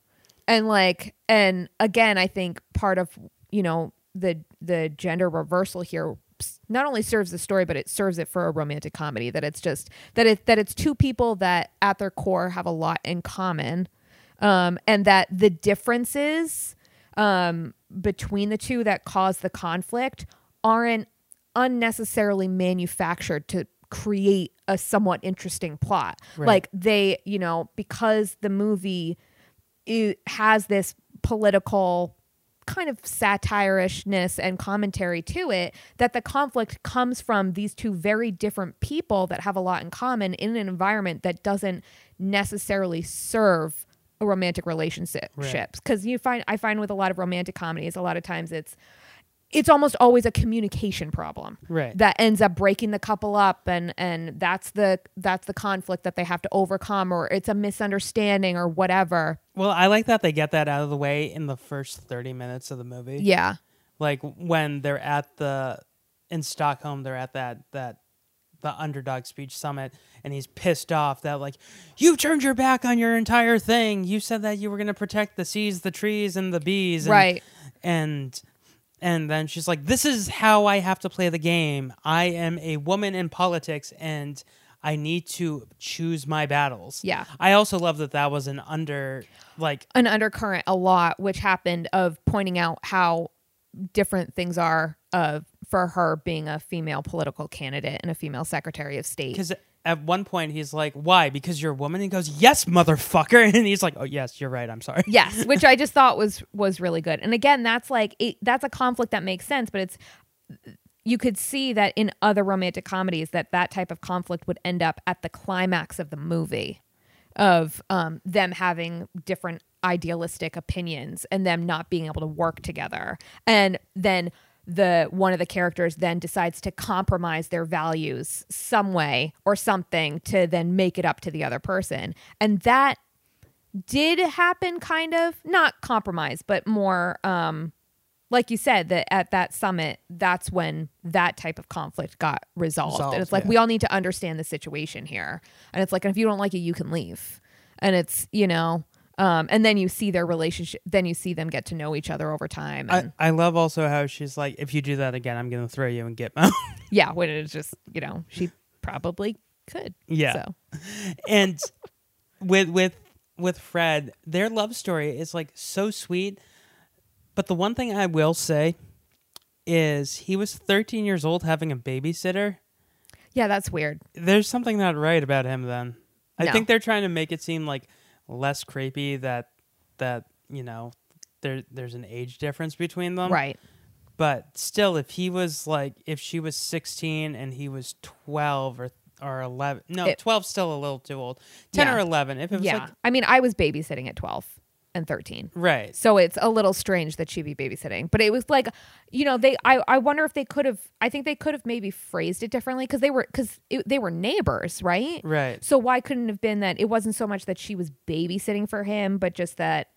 [SPEAKER 9] and like and again i think part of you know the the gender reversal here not only serves the story but it serves it for a romantic comedy that it's just that it that it's two people that at their core have a lot in common um and that the differences um between the two that cause the conflict aren't unnecessarily manufactured to create a somewhat interesting plot.
[SPEAKER 1] Right.
[SPEAKER 9] Like they, you know, because the movie i has this political kind of satirishness and commentary to it that the conflict comes from these two very different people that have a lot in common in an environment that doesn't necessarily serve a romantic relationship because you find i find with a lot of romantic comedies a lot of times it's it's almost always a communication problem
[SPEAKER 1] Right.
[SPEAKER 9] that ends up breaking the couple up and and that's the that's the conflict that they have to overcome or it's a misunderstanding or whatever
[SPEAKER 1] Well, I like that they get that out of the way in the first 30 minutes of the movie.
[SPEAKER 9] yeah
[SPEAKER 1] Like when they're at the in Stockholm, they're at that that the underdog speech summit and he's pissed off that like you turned your back on your entire thing. You said that you were going to protect the seas, the trees and the bees and,
[SPEAKER 9] Right.
[SPEAKER 1] and and then she's like this is how I have to play the game. I am a woman in politics and I need to choose my battles.
[SPEAKER 9] Yeah.
[SPEAKER 1] I also love that that was an under like
[SPEAKER 9] an undercurrent a lot which happened of pointing out how different things are of for her being a female political candidate and a female secretary of state
[SPEAKER 1] because at one point he's like, "Why? Because you're a woman." He goes, "Yes, motherfucker," and he's like, "Oh yes, you're right. I'm sorry."
[SPEAKER 9] yes which i just thought was was really good and again that's like it, that's a conflict that makes sense but it's you could see that in other romantic comedies that that type of conflict would end up at the climax of the movie of um, them having different idealistic opinions and them not being able to work together and then the one of the characters then decides to compromise their values some way or something to then make it up to the other person and that did happen kind of not compromise but more um like you said that at that summit that's when that type of conflict got resolved,
[SPEAKER 1] Resolved,
[SPEAKER 9] and it's like
[SPEAKER 1] yeah.
[SPEAKER 9] we all need to understand the situation here and it's like if you don't like it you can leave and it's you know um and then you see their relationship then you see them get to know each other over time and
[SPEAKER 1] I, I love also how she's like, "If you do that again, I'm gonna throw you in Gitmo."
[SPEAKER 9] yeah when it's just you know she probably could
[SPEAKER 1] Yeah.
[SPEAKER 9] so
[SPEAKER 1] and with with with Fred, their love story is like so sweet. But the one thing I will say is he was 13 years old having a babysitter.
[SPEAKER 9] yeah that's weird
[SPEAKER 1] there's something not right about him then. I
[SPEAKER 9] No.
[SPEAKER 1] think they're trying to make it seem like less creepy that that, you know, there there's an age difference between them.
[SPEAKER 9] right
[SPEAKER 1] But still if he was like if she was 16 and he was 12 or or 11. No,
[SPEAKER 9] It-
[SPEAKER 1] 12's still a little too old. 10 or
[SPEAKER 9] Yeah.
[SPEAKER 1] 11 if it was
[SPEAKER 9] yeah
[SPEAKER 1] like
[SPEAKER 9] i mean i was babysitting at 12 and 13
[SPEAKER 1] right.
[SPEAKER 9] So it's a little strange that she'd be babysitting. But it was like, you know, they. I, I wonder if they could have. I think they could have maybe phrased it differently because they were because they were neighbors, right?
[SPEAKER 1] Right.
[SPEAKER 9] So why couldn't it have been that it wasn't so much that she was babysitting for him, but just that,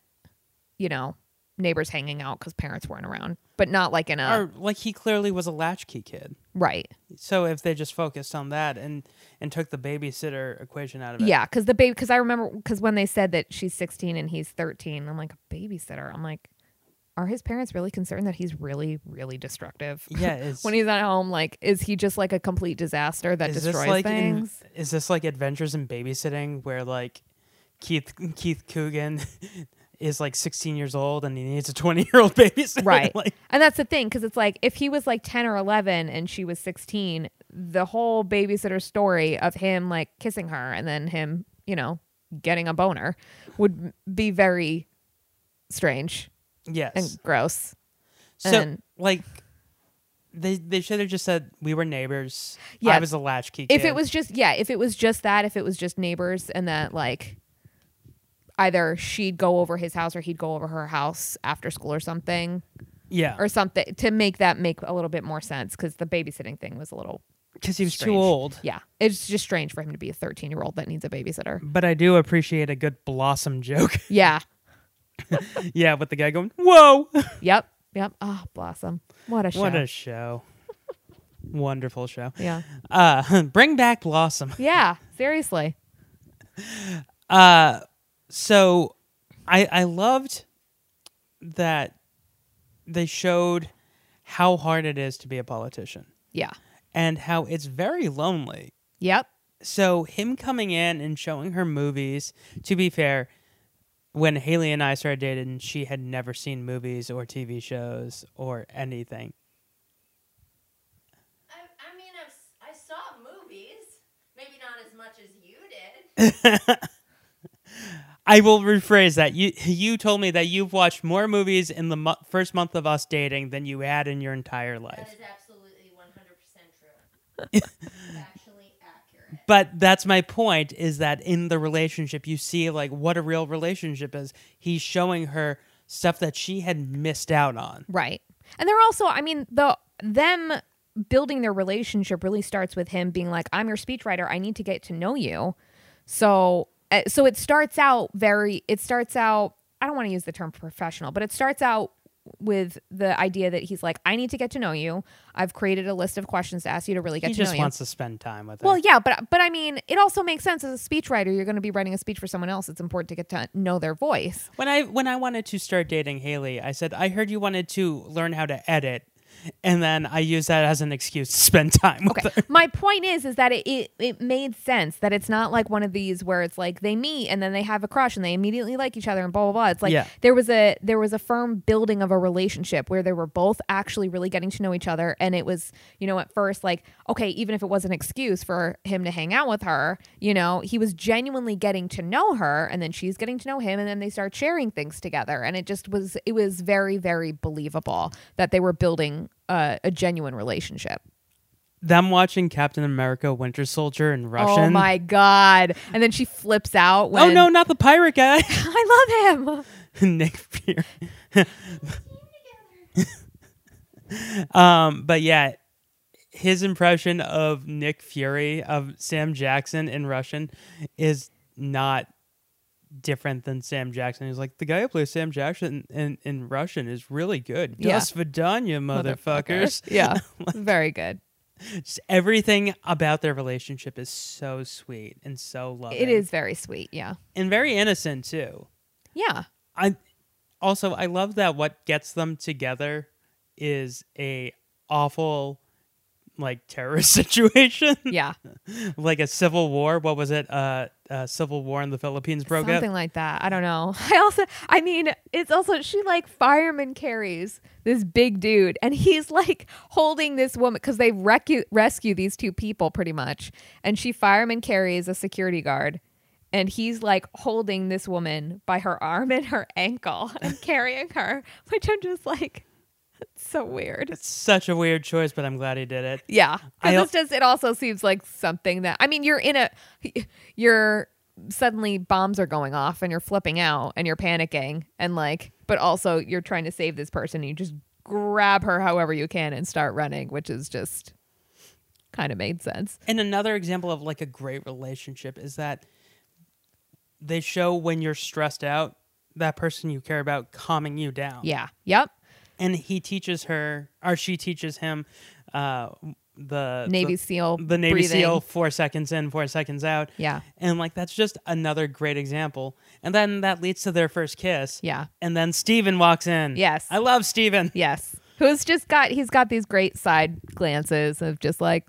[SPEAKER 9] you know, neighbors hanging out because parents weren't around, but not like in a
[SPEAKER 1] Or like he clearly was a latchkey kid.
[SPEAKER 9] right.
[SPEAKER 1] So if they just focused on that and and took the babysitter equation out of it.
[SPEAKER 9] Yeah, because the baby. Because I remember because when they said that she's 16 and he's 13, I'm like a babysitter. I'm like, are his parents really concerned that he's really, really destructive?
[SPEAKER 1] Yeah, it's-
[SPEAKER 9] when he's at home, like, is he just like a complete disaster that
[SPEAKER 1] is
[SPEAKER 9] destroys
[SPEAKER 1] this like in-
[SPEAKER 9] things?
[SPEAKER 1] is this like Adventures in Babysitting where like Keith Keith Coogan is like 16 years old and he needs a 20 year old babysitter?
[SPEAKER 9] right.
[SPEAKER 1] like,
[SPEAKER 9] and that's the thing because it's like if he was like 10 or 11 and she was 16, the whole babysitter story of him like kissing her and then him, you know, getting a boner would be very strange
[SPEAKER 1] yes.
[SPEAKER 9] and gross.
[SPEAKER 1] so
[SPEAKER 9] and-
[SPEAKER 1] like they they should have just said we were neighbors. I
[SPEAKER 9] Yeah.
[SPEAKER 1] was a latchkey.
[SPEAKER 9] if
[SPEAKER 1] kid."
[SPEAKER 9] it was just yeah if it was just that if it was just neighbors and that like either she'd go over his house or he'd go over her house after school or something
[SPEAKER 1] yeah,
[SPEAKER 9] or something to make that make a little bit more sense because the babysitting thing was a little
[SPEAKER 1] because he was too
[SPEAKER 9] strange.
[SPEAKER 1] old.
[SPEAKER 9] yeah it's just strange for him to be a 13 year old that needs a babysitter
[SPEAKER 1] But I do appreciate a good blossom joke.
[SPEAKER 9] yeah
[SPEAKER 1] yeah, with the guy going, "Whoa,
[SPEAKER 9] yep yep oh blossom what a show
[SPEAKER 1] what a show! Wonderful show."
[SPEAKER 9] yeah
[SPEAKER 1] Uh, bring back blossom.
[SPEAKER 9] yeah seriously
[SPEAKER 1] so I I loved that they showed how hard it is to be a politician
[SPEAKER 9] yeah
[SPEAKER 1] and how it's very lonely.
[SPEAKER 9] yep
[SPEAKER 1] So him coming in and showing her movies, to be fair, when Haley and I started dating, she had never seen movies or TV shows or anything.
[SPEAKER 2] as much as you did.
[SPEAKER 1] I will rephrase that. You you told me that you've watched more movies in the mo- first month of us dating than you had in your entire
[SPEAKER 2] That
[SPEAKER 1] life.
[SPEAKER 2] is absolutely 100% true. Actually accurate.
[SPEAKER 1] But that's my point is that in the relationship you see like what a real relationship is. He's showing her stuff that she had missed out on.
[SPEAKER 9] Right. And they're also, I mean, the them building their relationship really starts with him being like, "I'm your speechwriter. I need to get to know you." So, uh, so it starts out very. It starts out. I don't want to use the term professional, but it starts out with the idea that he's like, "I need to get to know you. I've created a list of questions to ask you to really get
[SPEAKER 1] He
[SPEAKER 9] to
[SPEAKER 1] just
[SPEAKER 9] know
[SPEAKER 1] wants to spend time with her.
[SPEAKER 9] you." Well, yeah, but but I mean, it also makes sense as a speechwriter. You're going to be writing a speech for someone else. It's important to get to know their voice.
[SPEAKER 1] When I when I wanted to start dating Haley, I said I heard you wanted to learn how to edit, and then I used that as an excuse to spend time with her.
[SPEAKER 9] my point is is that it, it it made sense that it's not like one of these where it's like they meet and then they have a crush and they immediately like each other and blah blah blah it's like
[SPEAKER 1] Yeah.
[SPEAKER 9] there was a there was a firm building of a relationship where they were both actually really getting to know each other and it was you know at first like okay even if it was an excuse for him to hang out with her you know he was genuinely getting to know her and then she's getting to know him and then they start sharing things together and it just was it was very very believable that they were building uh, a genuine relationship
[SPEAKER 1] Them watching Captain America: Winter Soldier in Russian.
[SPEAKER 9] Oh my god! And then she flips out. When,
[SPEAKER 1] Oh no, not the pirate guy,
[SPEAKER 9] I love him.
[SPEAKER 1] Nick Fury. um, but yeah, his impression of Nick Fury of Sam Jackson in Russian is not different than Sam Jackson. He's like the guy who plays Sam Jackson in, in Russian is really good.
[SPEAKER 9] Yeah.
[SPEAKER 1] Das Vidanya, motherfuckers.
[SPEAKER 9] Yeah, very good.
[SPEAKER 1] Just everything about their relationship is so sweet and so loving.
[SPEAKER 9] It is very sweet. Yeah,
[SPEAKER 1] and very innocent too.
[SPEAKER 9] yeah,
[SPEAKER 1] I also I love that what gets them together is a awful like terrorist situation,
[SPEAKER 9] yeah.
[SPEAKER 1] like a civil war. What was it? Uh, a civil war in the Philippines broke
[SPEAKER 9] Something
[SPEAKER 1] out.
[SPEAKER 9] like that. I don't know. I also, I mean, it's also she like fireman carries this big dude, and he's like holding this woman because they recu- rescue these two people pretty much, and she fireman carries a security guard. And he's like holding this woman by her arm and her ankle and carrying her, which I'm just like, it's so weird.
[SPEAKER 1] Such a weird choice, but I'm glad he did it.
[SPEAKER 9] Yeah,
[SPEAKER 1] I al-
[SPEAKER 9] because just it also seems like something that I mean, you're in a, you're suddenly bombs are going off and you're flipping out and you're panicking and like, but also you're trying to save this person. And you just grab her however you can and start running, which is just kind of made sense.
[SPEAKER 1] And another example of like a great relationship is that they show when you're stressed out, that person you care about calming you down.
[SPEAKER 9] Yeah. Yep.
[SPEAKER 1] And he teaches her, or she teaches him, uh, the
[SPEAKER 9] Navy
[SPEAKER 1] the,
[SPEAKER 9] SEAL.
[SPEAKER 1] the Navy
[SPEAKER 9] breathing.
[SPEAKER 1] SEAL four seconds in, four seconds out.
[SPEAKER 9] Yeah.
[SPEAKER 1] And like that's just another great example. And then that leads to their first kiss.
[SPEAKER 9] Yeah.
[SPEAKER 1] And then Steven walks in.
[SPEAKER 9] Yes.
[SPEAKER 1] I love Steven.
[SPEAKER 9] Yes. Who's just got he's got these great side glances of just like,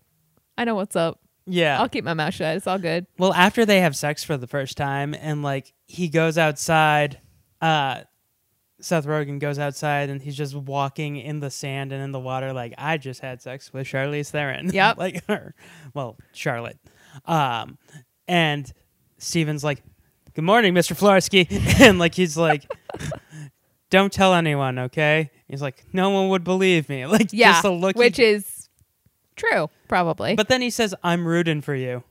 [SPEAKER 9] I know what's up.
[SPEAKER 1] Yeah.
[SPEAKER 9] I'll keep my mouth shut. It's all good.
[SPEAKER 1] Well, after they have sex for the first time and like he goes outside, uh Seth Rogen goes outside and he's just walking in the sand and in the water like I just had sex with Charlize Theron.
[SPEAKER 9] Yep.
[SPEAKER 1] like her well, Charlotte. Um and Steven's like, Good morning, Mr. Florsky and like he's like Don't tell anyone, okay? He's like, No one would believe me. Like
[SPEAKER 9] Yeah.
[SPEAKER 1] just a look he-
[SPEAKER 9] which is true, probably.
[SPEAKER 1] But then he says, I'm rooting for you.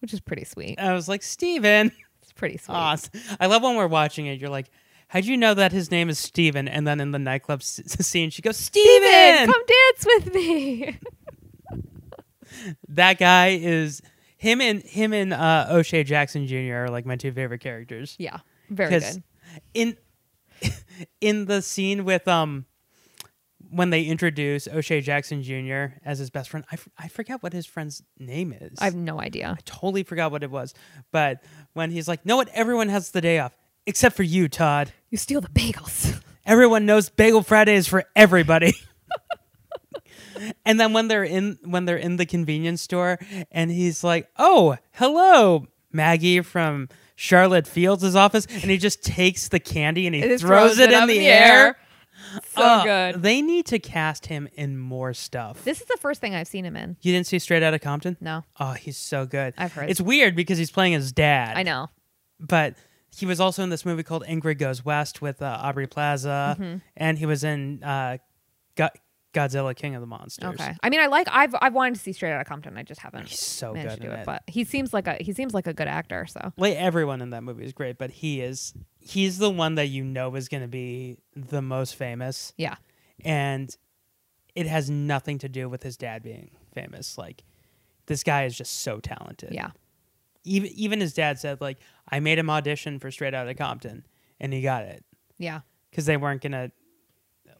[SPEAKER 9] which is pretty sweet.
[SPEAKER 1] I was like, Steven
[SPEAKER 9] It's pretty sweet.
[SPEAKER 1] Awesome. I love when we're watching it. You're like, how'd you know that his name is Steven? And then in the nightclub s- scene, she goes,
[SPEAKER 9] Steven,
[SPEAKER 1] Steven!
[SPEAKER 9] come dance with me.
[SPEAKER 1] That guy is him and him and uh, O'Shea Jackson Jr. are like my two favorite characters.
[SPEAKER 9] yeah, very
[SPEAKER 1] 'Cause
[SPEAKER 9] good.
[SPEAKER 1] in in the scene with um when they introduce O'Shea Jackson Jr. as his best friend, I, f- I forget what his friend's name is.
[SPEAKER 9] I have no idea.
[SPEAKER 1] totally forgot what it was. But when he's like, "No, what? Everyone has the day off except for you, Todd."
[SPEAKER 9] You steal the bagels.
[SPEAKER 1] everyone knows bagel friday is for everybody and then when they're in when they're in the convenience store and he's like oh hello maggie from charlotte fields' office and he just takes the candy and he
[SPEAKER 9] It
[SPEAKER 1] throws,
[SPEAKER 9] just
[SPEAKER 1] it in
[SPEAKER 9] up
[SPEAKER 1] the, air,
[SPEAKER 9] So
[SPEAKER 1] Uh,
[SPEAKER 9] good.
[SPEAKER 1] They need to cast him in more stuff.
[SPEAKER 9] This is the first thing I've seen him in.
[SPEAKER 1] you didn't see Straight Outta Compton?
[SPEAKER 9] No.
[SPEAKER 1] Oh, he's so good.
[SPEAKER 9] I've heard.
[SPEAKER 1] It's weird because he's playing his dad.
[SPEAKER 9] I know.
[SPEAKER 1] But he was also in this movie called Ingrid Goes West with uh, Aubrey Plaza,
[SPEAKER 9] Mm-hmm.
[SPEAKER 1] and he was in uh, Go- Godzilla King of the Monsters.
[SPEAKER 9] Okay. I mean, I like. I've I've wanted to see Straight Outta Compton. I just haven't.
[SPEAKER 1] He's so
[SPEAKER 9] managed
[SPEAKER 1] good
[SPEAKER 9] to do
[SPEAKER 1] in
[SPEAKER 9] it,
[SPEAKER 1] it.
[SPEAKER 9] but he seems like a he seems like a good actor. So
[SPEAKER 1] Like everyone in that movie is great, but he is he's the one that you know is going to be the most famous.
[SPEAKER 9] yeah,
[SPEAKER 1] and it has nothing to do with his dad being famous. Like this guy is just so talented.
[SPEAKER 9] yeah.
[SPEAKER 1] Even even his dad said like I made him audition for Straight Outta Compton and he got it
[SPEAKER 9] Yeah.
[SPEAKER 1] because they weren't gonna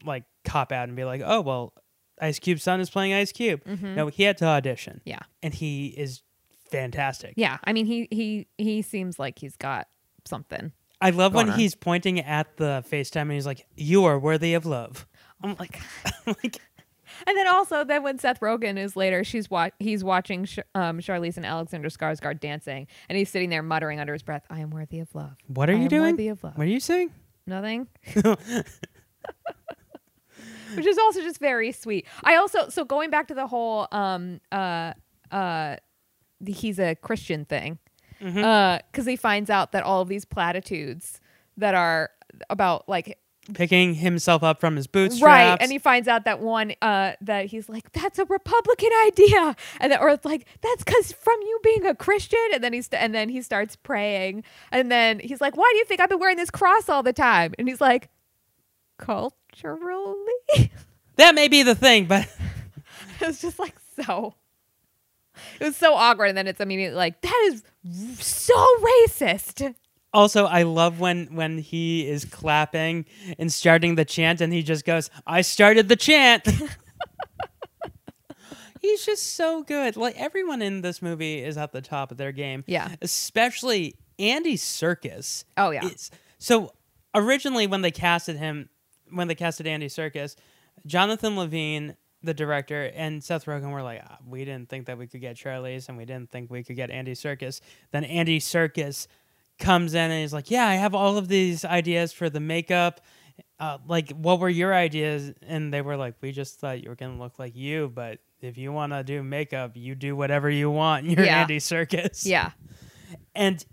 [SPEAKER 1] like cop out and be like oh well Ice Cube's son is playing Ice Cube. No, he had to audition.
[SPEAKER 9] Mm-hmm. Yeah.
[SPEAKER 1] and he is fantastic.
[SPEAKER 9] Yeah. I mean, he he he seems like he's got something.
[SPEAKER 1] I love when
[SPEAKER 9] Goner.
[SPEAKER 1] he's pointing at the FaceTime and he's like you are worthy of love. I'm like like
[SPEAKER 9] And then also, then when Seth Rogen is later, she's wa- he's watching Sh- um, Charlize and Alexander Skarsgård dancing, and he's sitting there muttering under his breath, "I am worthy of love."
[SPEAKER 1] what are
[SPEAKER 9] I
[SPEAKER 1] you
[SPEAKER 9] am
[SPEAKER 1] doing?
[SPEAKER 9] Worthy of love.
[SPEAKER 1] What are you saying?
[SPEAKER 9] Nothing. Which is also just very sweet. I also so going back to the whole um uh uh the- he's a Christian thing.
[SPEAKER 1] Mm-hmm.
[SPEAKER 9] Uh cuz he finds out that all of these platitudes that are about like
[SPEAKER 1] Picking himself up from his bootstraps.
[SPEAKER 9] right and he finds out that one uh that he's like that's a republican idea and then or it's like that's cuz from you being a christian and then he's and then he starts praying and then he's like why do you think i've been wearing this cross all the time and he's like culturally
[SPEAKER 1] That may be the thing, but
[SPEAKER 9] it was just like so it was so awkward and then it's immediately like that is so racist
[SPEAKER 1] also I love when when he is clapping and starting the chant and he just goes, "I started the chant." He's just so good. Like everyone in this movie is at the top of their game.
[SPEAKER 9] Yeah.
[SPEAKER 1] Especially Andy Circus.
[SPEAKER 9] Oh, yeah.
[SPEAKER 1] so originally when they casted him, when they casted Andy Circus, Jonathan Levine, the director, and Seth Rogen were like, "Ah, we didn't think that we could get Charlie's, and we didn't think we could get Andy Circus. Then Andy Circus comes in and he's like, yeah, I have all of these ideas for the makeup. Uh, like, what were your ideas? And they were like, we just thought you were gonna look like you, but if you want to do makeup, you do whatever you want. You're
[SPEAKER 9] Yeah.
[SPEAKER 1] Andy Circus.
[SPEAKER 9] yeah
[SPEAKER 1] And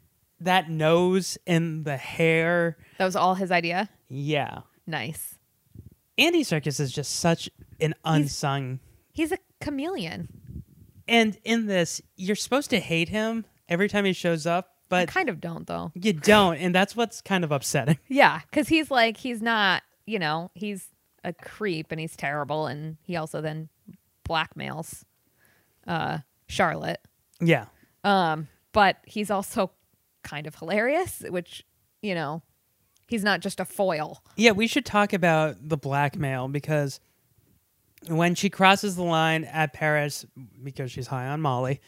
[SPEAKER 1] that nose and the hair.
[SPEAKER 9] that was all his idea
[SPEAKER 1] Yeah.
[SPEAKER 9] nice
[SPEAKER 1] Andy Circus is just such an unsung.
[SPEAKER 9] he's a chameleon
[SPEAKER 1] and in this, you're supposed to hate him every time he shows up,
[SPEAKER 9] i
[SPEAKER 1] but
[SPEAKER 9] kind of don't though
[SPEAKER 1] you don't. And that's what's kind of upsetting.
[SPEAKER 9] Yeah, because he's like he's not, you know, he's a creep and he's terrible, and he also then blackmails uh, Charlotte.
[SPEAKER 1] Yeah.
[SPEAKER 9] Um, but he's also kind of hilarious, which you know, he's not just a foil.
[SPEAKER 1] Yeah, we should talk about the blackmail because when she crosses the line at Paris, because she's high on Molly,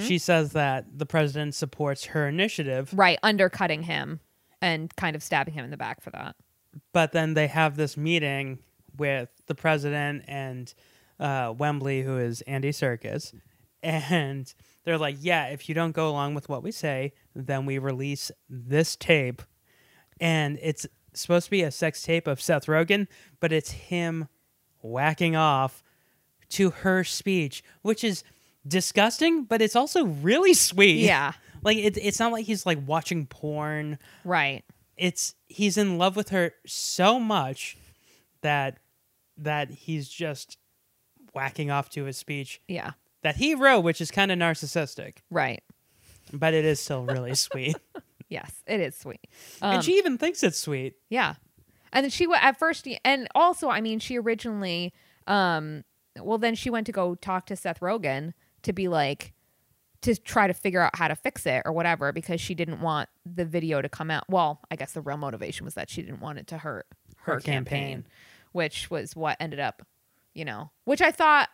[SPEAKER 1] she says that the president supports her initiative,
[SPEAKER 9] Right, undercutting him and kind of stabbing him in the back for that.
[SPEAKER 1] but then they have this meeting with the president and uh, Wembley, who is Andy Serkis, and they're like, "Yeah, if you don't go along with what we say, then we release this tape." And it's supposed to be a sex tape of Seth Rogen, but it's him whacking off to her speech, which is disgusting, but it's also really sweet.
[SPEAKER 9] Yeah.
[SPEAKER 1] Like it, it's not like he's like watching porn
[SPEAKER 9] Right.
[SPEAKER 1] it's he's in love with her so much that that he's just whacking off to his speech
[SPEAKER 9] Yeah.
[SPEAKER 1] that he wrote, which is kind of narcissistic,
[SPEAKER 9] Right.
[SPEAKER 1] but it is still really sweet.
[SPEAKER 9] Yes, it is sweet. Um,
[SPEAKER 1] and she even thinks it's sweet.
[SPEAKER 9] Yeah. And then she wa at first and also I mean she originally um well then she went to go talk to Seth Rogen to be like to try to figure out how to fix it or whatever because she didn't want the video to come out. Well, I guess the real motivation was that she didn't want it to hurt her,
[SPEAKER 1] Her
[SPEAKER 9] campaign,
[SPEAKER 1] campaign.
[SPEAKER 9] which was what ended up, you know, which I thought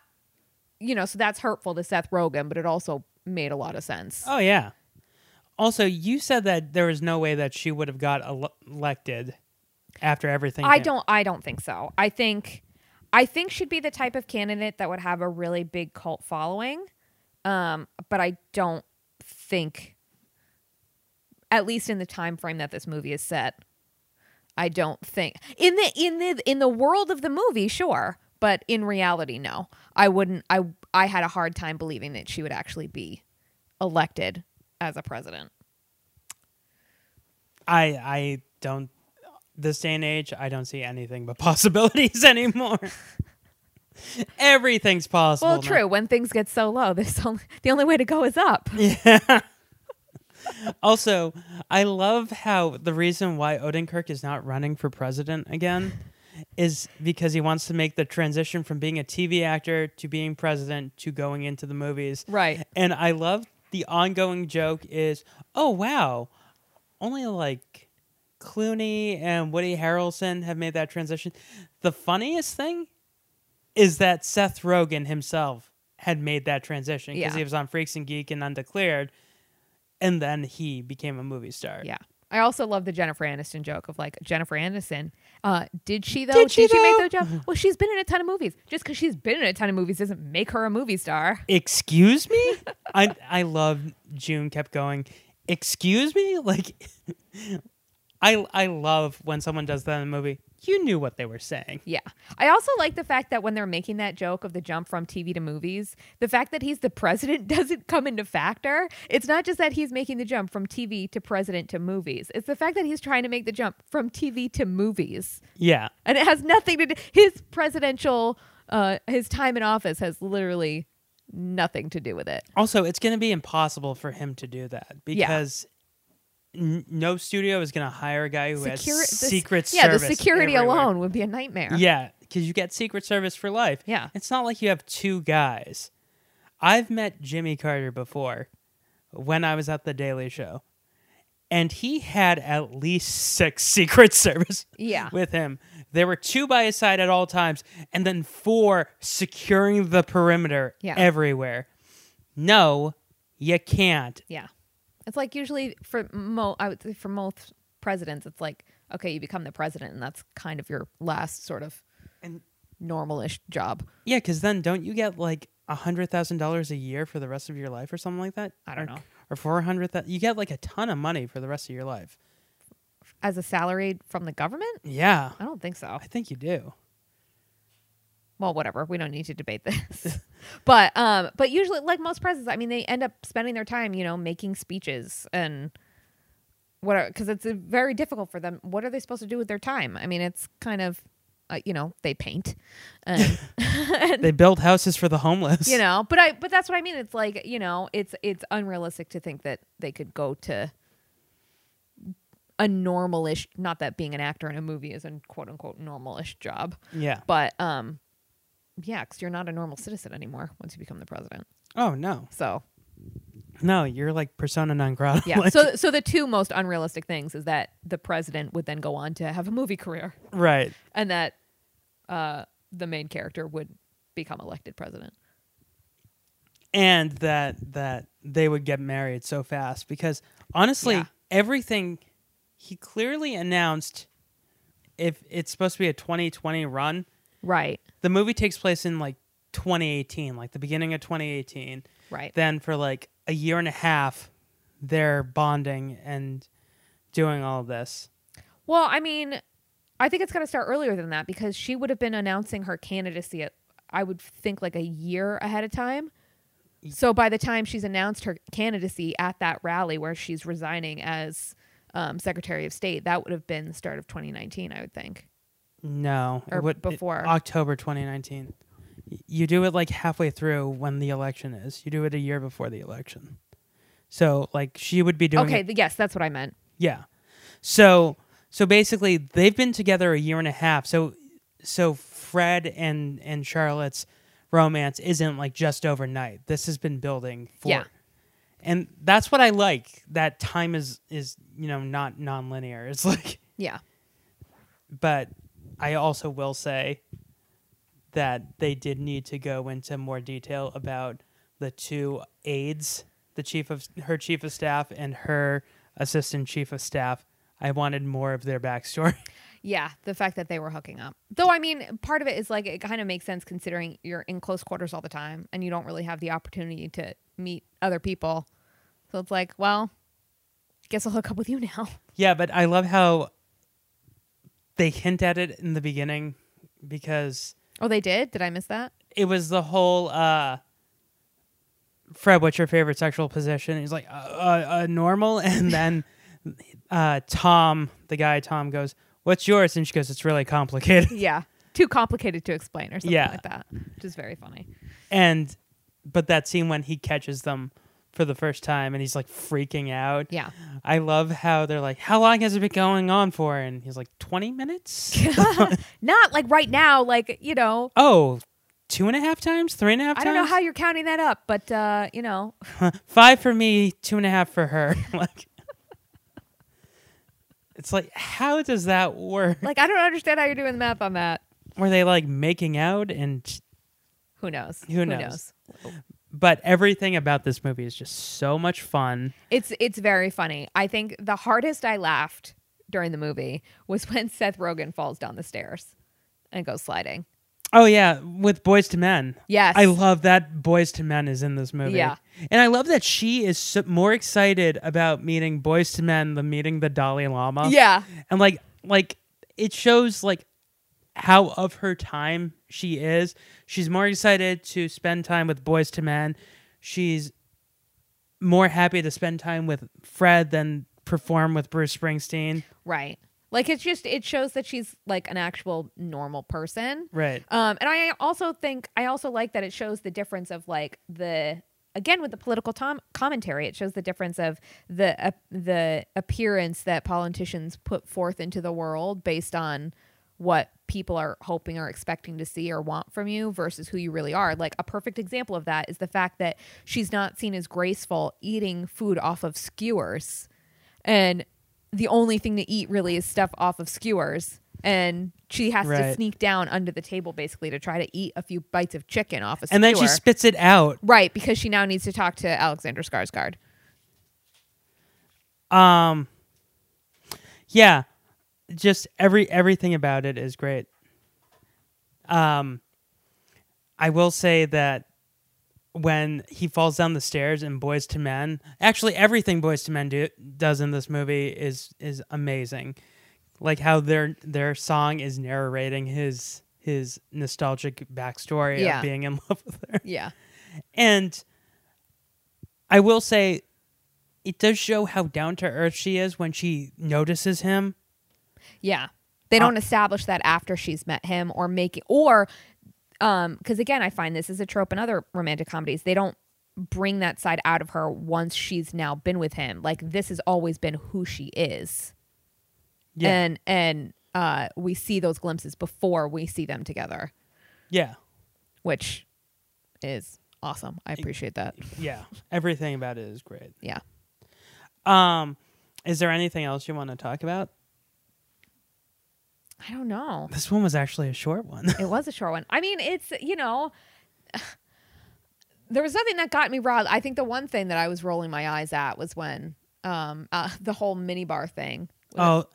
[SPEAKER 9] you know, so that's hurtful to Seth Rogen, but it also made a lot of sense.
[SPEAKER 1] Oh yeah. Also, you said that there was no way that she would have got ele- elected after everything.
[SPEAKER 9] I
[SPEAKER 1] came-
[SPEAKER 9] don't I don't think so. I think I think she'd be the type of candidate that would have a really big cult following. Um, but I don't think at least in the time frame that this movie is set, I don't think in the in the in the world of the movie, sure, but in reality, no. I wouldn't. I I had a hard time believing that she would actually be elected as a president.
[SPEAKER 1] I I don't this day and age I don't see anything but possibilities anymore. Everything's possible.
[SPEAKER 9] Well,
[SPEAKER 1] now.
[SPEAKER 9] true. When things get so low, there's only the only way to go is up.
[SPEAKER 1] Also, I love how the reason why Odenkirk is not running for president again is because he wants to make the transition from being a TV actor to being president to going into the movies.
[SPEAKER 9] Right.
[SPEAKER 1] And I love the ongoing joke is, "Oh wow, only like Clooney and Woody Harrelson have made that transition." The funniest thing is that Seth Rogen himself had made that transition because
[SPEAKER 9] Yeah.
[SPEAKER 1] he was on Freaks and Geek and Undeclared, and then he became a movie star.
[SPEAKER 9] Yeah. I also love the Jennifer Aniston joke of like Jennifer Aniston. Uh, did she though?
[SPEAKER 1] Did she,
[SPEAKER 9] make
[SPEAKER 1] though?
[SPEAKER 9] that job? Well, she's been in a ton of movies. Just because she's been in a ton of movies doesn't make her a movie star.
[SPEAKER 1] Excuse me? I I love June kept going. Excuse me? Like I I love when someone does that in a movie. You knew what they were saying.
[SPEAKER 9] Yeah. I also like the fact that when they're making that joke of the jump from TV to movies, the fact that he's the president doesn't come into factor. It's not just that he's making the jump from TV to president to movies. It's the fact that he's trying to make the jump from TV to movies.
[SPEAKER 1] Yeah.
[SPEAKER 9] and it has nothing to do his presidential uh his time in office has literally nothing to do with it
[SPEAKER 1] Also, it's going to be impossible for him to do that because n- no studio is going to hire a guy who
[SPEAKER 9] Securi-
[SPEAKER 1] has
[SPEAKER 9] the s-
[SPEAKER 1] secret
[SPEAKER 9] yeah the
[SPEAKER 1] service
[SPEAKER 9] security
[SPEAKER 1] everywhere.
[SPEAKER 9] alone would be a nightmare
[SPEAKER 1] Yeah, because you get Secret Service for life.
[SPEAKER 9] Yeah.
[SPEAKER 1] It's not like you have two guys. I've met Jimmy Carter before when I was at The Daily Show, and he had at least six Secret Service
[SPEAKER 9] Yeah.
[SPEAKER 1] with him. There were two by his side at all times, and then four securing the perimeter
[SPEAKER 9] Yeah.
[SPEAKER 1] everywhere. No, you can't.
[SPEAKER 9] yeah it's like usually for mo i would say for most presidents it's like okay you become the president and that's kind of your last sort of
[SPEAKER 1] And-
[SPEAKER 9] normalish job
[SPEAKER 1] Yeah, because then don't you get like a hundred thousand dollars a year for the rest of your life or something like that?
[SPEAKER 9] I don't
[SPEAKER 1] Or-
[SPEAKER 9] know.
[SPEAKER 1] Or four hundred thousand. You get like a ton of money for the rest of your life.
[SPEAKER 9] as a salary from the government
[SPEAKER 1] Yeah,
[SPEAKER 9] i don't think so
[SPEAKER 1] I think you do.
[SPEAKER 9] well whatever we don't need to debate this but um but usually like most presidents i mean they end up spending their time you know making speeches and what because it's uh, very difficult for them what are they supposed to do with their time i mean it's kind of uh, you know they paint and,
[SPEAKER 1] They build houses for the homeless.
[SPEAKER 9] you know but i but that's what i mean it's like you know it's it's unrealistic to think that they could go to a normalish not that being an actor in a movie is a quote unquote normalish job
[SPEAKER 1] Yeah.
[SPEAKER 9] but um, yeah, because you're not a normal citizen anymore once you become the president.
[SPEAKER 1] Oh no,
[SPEAKER 9] So
[SPEAKER 1] no, you're like persona non grata.
[SPEAKER 9] yeah,
[SPEAKER 1] Like-
[SPEAKER 9] so so the two most unrealistic things is that the president would then go on to have a movie career,
[SPEAKER 1] right.
[SPEAKER 9] and that uh, the main character would become elected president.
[SPEAKER 1] and that that they would get married so fast because honestly
[SPEAKER 9] Yeah.
[SPEAKER 1] everything he clearly announced if it's supposed to be a 2020 run
[SPEAKER 9] Right.
[SPEAKER 1] the movie takes place in like 2018 like the beginning of 2018
[SPEAKER 9] Right.
[SPEAKER 1] then for like a year and a half they're bonding and doing all this
[SPEAKER 9] Well, I mean, I think it's got to start earlier than that because she would have been announcing her candidacy at, I would think, like a year ahead of time. So by the time she's announced her candidacy at that rally where she's resigning as um, Secretary of State, that would have been the start of 2019, I would think.
[SPEAKER 1] no it
[SPEAKER 9] Or
[SPEAKER 1] would- it-
[SPEAKER 9] before.
[SPEAKER 1] october 2019 Y- you do it like halfway through when the election is you do it a year before the election so like she would be doing
[SPEAKER 9] Okay,
[SPEAKER 1] it
[SPEAKER 9] th- yes, that's what I meant.
[SPEAKER 1] Yeah. So so basically they've been together a year and a half. So so Fred and and Charlotte's romance isn't like just overnight. This has been building for
[SPEAKER 9] Yeah.
[SPEAKER 1] And that's what I like. That time is is, you know, not nonlinear. It's like
[SPEAKER 9] Yeah.
[SPEAKER 1] but I also will say that they did need to go into more detail about the two aides, the chief of her chief of staff and her assistant chief of staff. I wanted more of their backstory.
[SPEAKER 9] Yeah, the fact that they were hooking up. Though I mean, part of it is like it kind of makes sense considering you're in close quarters all the time and you don't really have the opportunity to meet other people. So it's like, well, guess I'll hook up with you now.
[SPEAKER 1] yeah, but I love how they hint at it in the beginning because
[SPEAKER 9] Oh, they did? Did I miss that?
[SPEAKER 1] it was the whole uh Fred, what's your favorite sexual position? He's like, uh, uh, uh normal. And then uh Tom, the guy Tom goes, What's yours? And she goes, It's really complicated.
[SPEAKER 9] Yeah. Too complicated to explain or something
[SPEAKER 1] Yeah.
[SPEAKER 9] like that, which is very funny.
[SPEAKER 1] And but that scene when he catches them for the first time and he's like freaking out.
[SPEAKER 9] Yeah.
[SPEAKER 1] I love how they're like, How long has it been going on for? And he's like, 20 minutes?
[SPEAKER 9] Not like right now, like, you know,
[SPEAKER 1] oh, two and a half times? Three and a half
[SPEAKER 9] I
[SPEAKER 1] times?
[SPEAKER 9] don't know how you're counting that up, but, uh, you know,
[SPEAKER 1] five for me, two and a half for her. like, it's like, how does that work?
[SPEAKER 9] like, I don't understand how you're doing the math on that.
[SPEAKER 1] Were they like making out and,
[SPEAKER 9] Who knows?
[SPEAKER 1] Who knows? but everything about this movie is just so much fun.
[SPEAKER 9] It's it's very funny. I think the hardest I laughed during the movie was when Seth Rogen falls down the stairs and goes sliding.
[SPEAKER 1] Oh yeah, with Boys to Men.
[SPEAKER 9] Yes.
[SPEAKER 1] I love that Boys to Men is in this movie.
[SPEAKER 9] Yeah.
[SPEAKER 1] and I love that she is so, more excited about meeting Boys to Men than meeting the Dalai Lama.
[SPEAKER 9] Yeah.
[SPEAKER 1] and like like it shows like how of her time she is. She's more excited to spend time with Boys to Men. She's more happy to spend time with Fred than perform with Bruce Springsteen.
[SPEAKER 9] Right. Like it's just it shows that she's like an actual normal person.
[SPEAKER 1] Right.
[SPEAKER 9] Um, and I also think I also like that it shows the difference of like the again with the political tom- commentary, it shows the difference of the uh, the appearance that politicians put forth into the world based on what people are hoping or expecting to see or want from you versus who you really are. Like a perfect example of that is the fact that she's not seen as graceful eating food off of skewers and the only thing to eat really is stuff off of skewers and she has to
[SPEAKER 1] Right.
[SPEAKER 9] sneak down under the table basically to try to eat a few bites of chicken off a
[SPEAKER 1] And then she
[SPEAKER 9] skewer.
[SPEAKER 1] spits it out.
[SPEAKER 9] right because she now needs to talk to Alexander Skarsgård.
[SPEAKER 1] yeah just every everything about it is great um i will say that when he falls down the stairs in boys to men actually everything boys to men do, does in this movie is is amazing like how their their song is narrating his his nostalgic backstory
[SPEAKER 9] Yeah.
[SPEAKER 1] of being in love with her
[SPEAKER 9] Yeah.
[SPEAKER 1] and I will say, it does show how down to earth she is when she notices him.
[SPEAKER 9] Yeah. They
[SPEAKER 1] Uh,
[SPEAKER 9] don't establish that after she's met him or make or um cuz again I find this is a trope in other romantic comedies. They don't bring that side out of her once she's now been with him. Like this has always been who she is.
[SPEAKER 1] Yeah.
[SPEAKER 9] And and uh we see those glimpses before we see them together,
[SPEAKER 1] Yeah.
[SPEAKER 9] which is awesome. I appreciate that.
[SPEAKER 1] Yeah. Everything about it is great.
[SPEAKER 9] Yeah.
[SPEAKER 1] Um, is there anything else you want to talk about?
[SPEAKER 9] I don't know.
[SPEAKER 1] This one was actually a short one.
[SPEAKER 9] It was a short one. I mean, it's you know, there was nothing that got me riled. I think the one thing that I was rolling my eyes at was when um uh, the whole minibar thing
[SPEAKER 1] oh,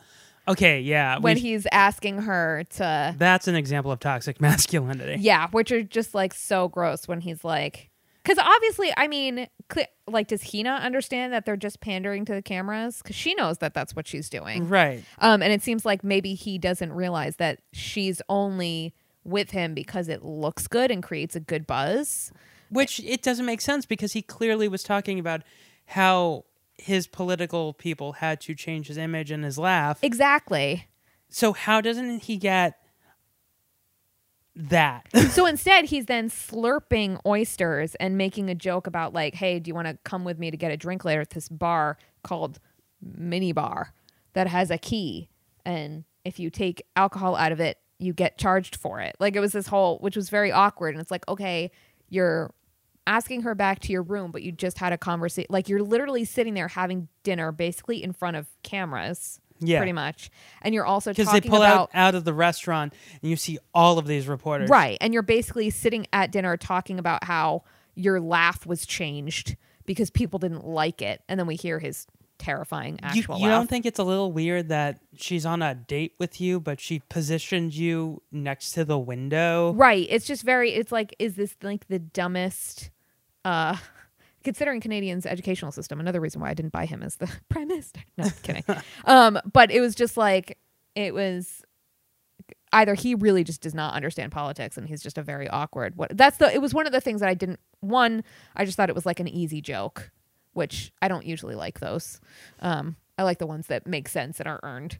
[SPEAKER 1] okay. Yeah. we
[SPEAKER 9] when
[SPEAKER 1] sh-
[SPEAKER 9] he's asking her to
[SPEAKER 1] that's an example of toxic masculinity.
[SPEAKER 9] yeah, which are just like so gross when he's like because obviously, I mean, cle like does he not understand that they're just pandering to the cameras? Because she knows that that's what she's doing.
[SPEAKER 1] Right.
[SPEAKER 9] Um, and it seems like maybe he doesn't realize that she's only with him because it looks good and creates a good buzz.
[SPEAKER 1] Which it doesn't make sense because he clearly was talking about how his political people had to change his image and his laugh.
[SPEAKER 9] Exactly.
[SPEAKER 1] so how doesn't he get that
[SPEAKER 9] So instead, he's then slurping oysters and making a joke about, like, hey, do you want to come with me to get a drink later at this bar called Mini Bar that has a key? And if you take alcohol out of it, you get charged for it. Like, it was this whole, which was very awkward. And it's like, okay, you're asking her back to your room, but you just had a conversation. Like, you're literally sitting there having dinner basically in front of cameras.
[SPEAKER 1] Yeah.
[SPEAKER 9] Pretty much. And you're also
[SPEAKER 1] because
[SPEAKER 9] talking
[SPEAKER 1] they pull out
[SPEAKER 9] about
[SPEAKER 1] out of the restaurant and you see all of these reporters
[SPEAKER 9] Right. And you're basically sitting at dinner talking about how your laugh was changed because people didn't like it. And then we hear his terrifying
[SPEAKER 1] you,
[SPEAKER 9] actual
[SPEAKER 1] you
[SPEAKER 9] laugh.
[SPEAKER 1] don't think it's a little weird that she's on a date with you but she positioned you next to the window
[SPEAKER 9] right. It's just very, it's like, is this like the dumbest, uh, considering Canadian's educational system, another reason why I didn't buy him as the prime minister. No, I'm kidding. um, but it was just like, it was, either he really just does not understand politics and he's just a very awkward what that's the it was one of the things that I didn't one, I just thought it was like an easy joke, which I don't usually like those. Um I like the ones that make sense and are earned.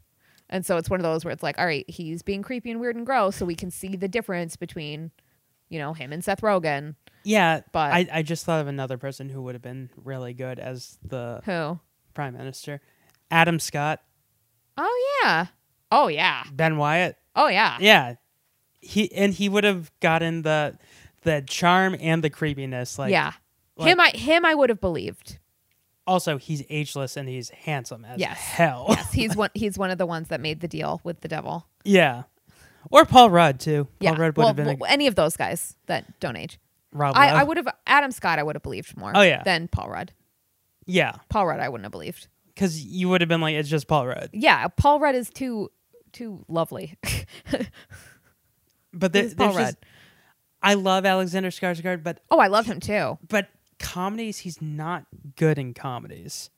[SPEAKER 9] And so it's one of those where it's like, all right, he's being creepy and weird and gross, so we can see the difference between, you know, him and Seth Rogen.
[SPEAKER 1] Yeah,
[SPEAKER 9] But-
[SPEAKER 1] I, I just thought of another person who would have been really good as the
[SPEAKER 9] Who?
[SPEAKER 1] prime minister, Adam Scott,
[SPEAKER 9] Oh yeah. Oh yeah.
[SPEAKER 1] Ben Wyatt.
[SPEAKER 9] Oh yeah.
[SPEAKER 1] Yeah, he and he would have gotten the the charm and the creepiness. Like,
[SPEAKER 9] yeah.
[SPEAKER 1] like-
[SPEAKER 9] him I him I would have believed.
[SPEAKER 1] Also, he's ageless and he's handsome as
[SPEAKER 9] Yes.
[SPEAKER 1] hell.
[SPEAKER 9] Yes, he's one he's one of the ones that made the deal with the devil.
[SPEAKER 1] yeah, or Paul Rudd too. Paul
[SPEAKER 9] yeah.
[SPEAKER 1] Rudd would
[SPEAKER 9] well,
[SPEAKER 1] have been
[SPEAKER 9] well, any of those guys that don't age.
[SPEAKER 1] a, Rob.
[SPEAKER 9] I,
[SPEAKER 1] Lowe.
[SPEAKER 9] I would have Adam Scott I would have believed more
[SPEAKER 1] Oh, yeah.
[SPEAKER 9] than Paul Rudd.
[SPEAKER 1] Yeah,
[SPEAKER 9] Paul Rudd I wouldn't have believed.
[SPEAKER 1] because you would have been like, it's just Paul Rudd.
[SPEAKER 9] Yeah, Paul Rudd is too too lovely.
[SPEAKER 1] But there,
[SPEAKER 9] He's Paul
[SPEAKER 1] there's just-
[SPEAKER 9] Rudd.
[SPEAKER 1] I love Alexander Skarsgård, but
[SPEAKER 9] oh, I love him too.
[SPEAKER 1] but comedies, he's not good in comedies.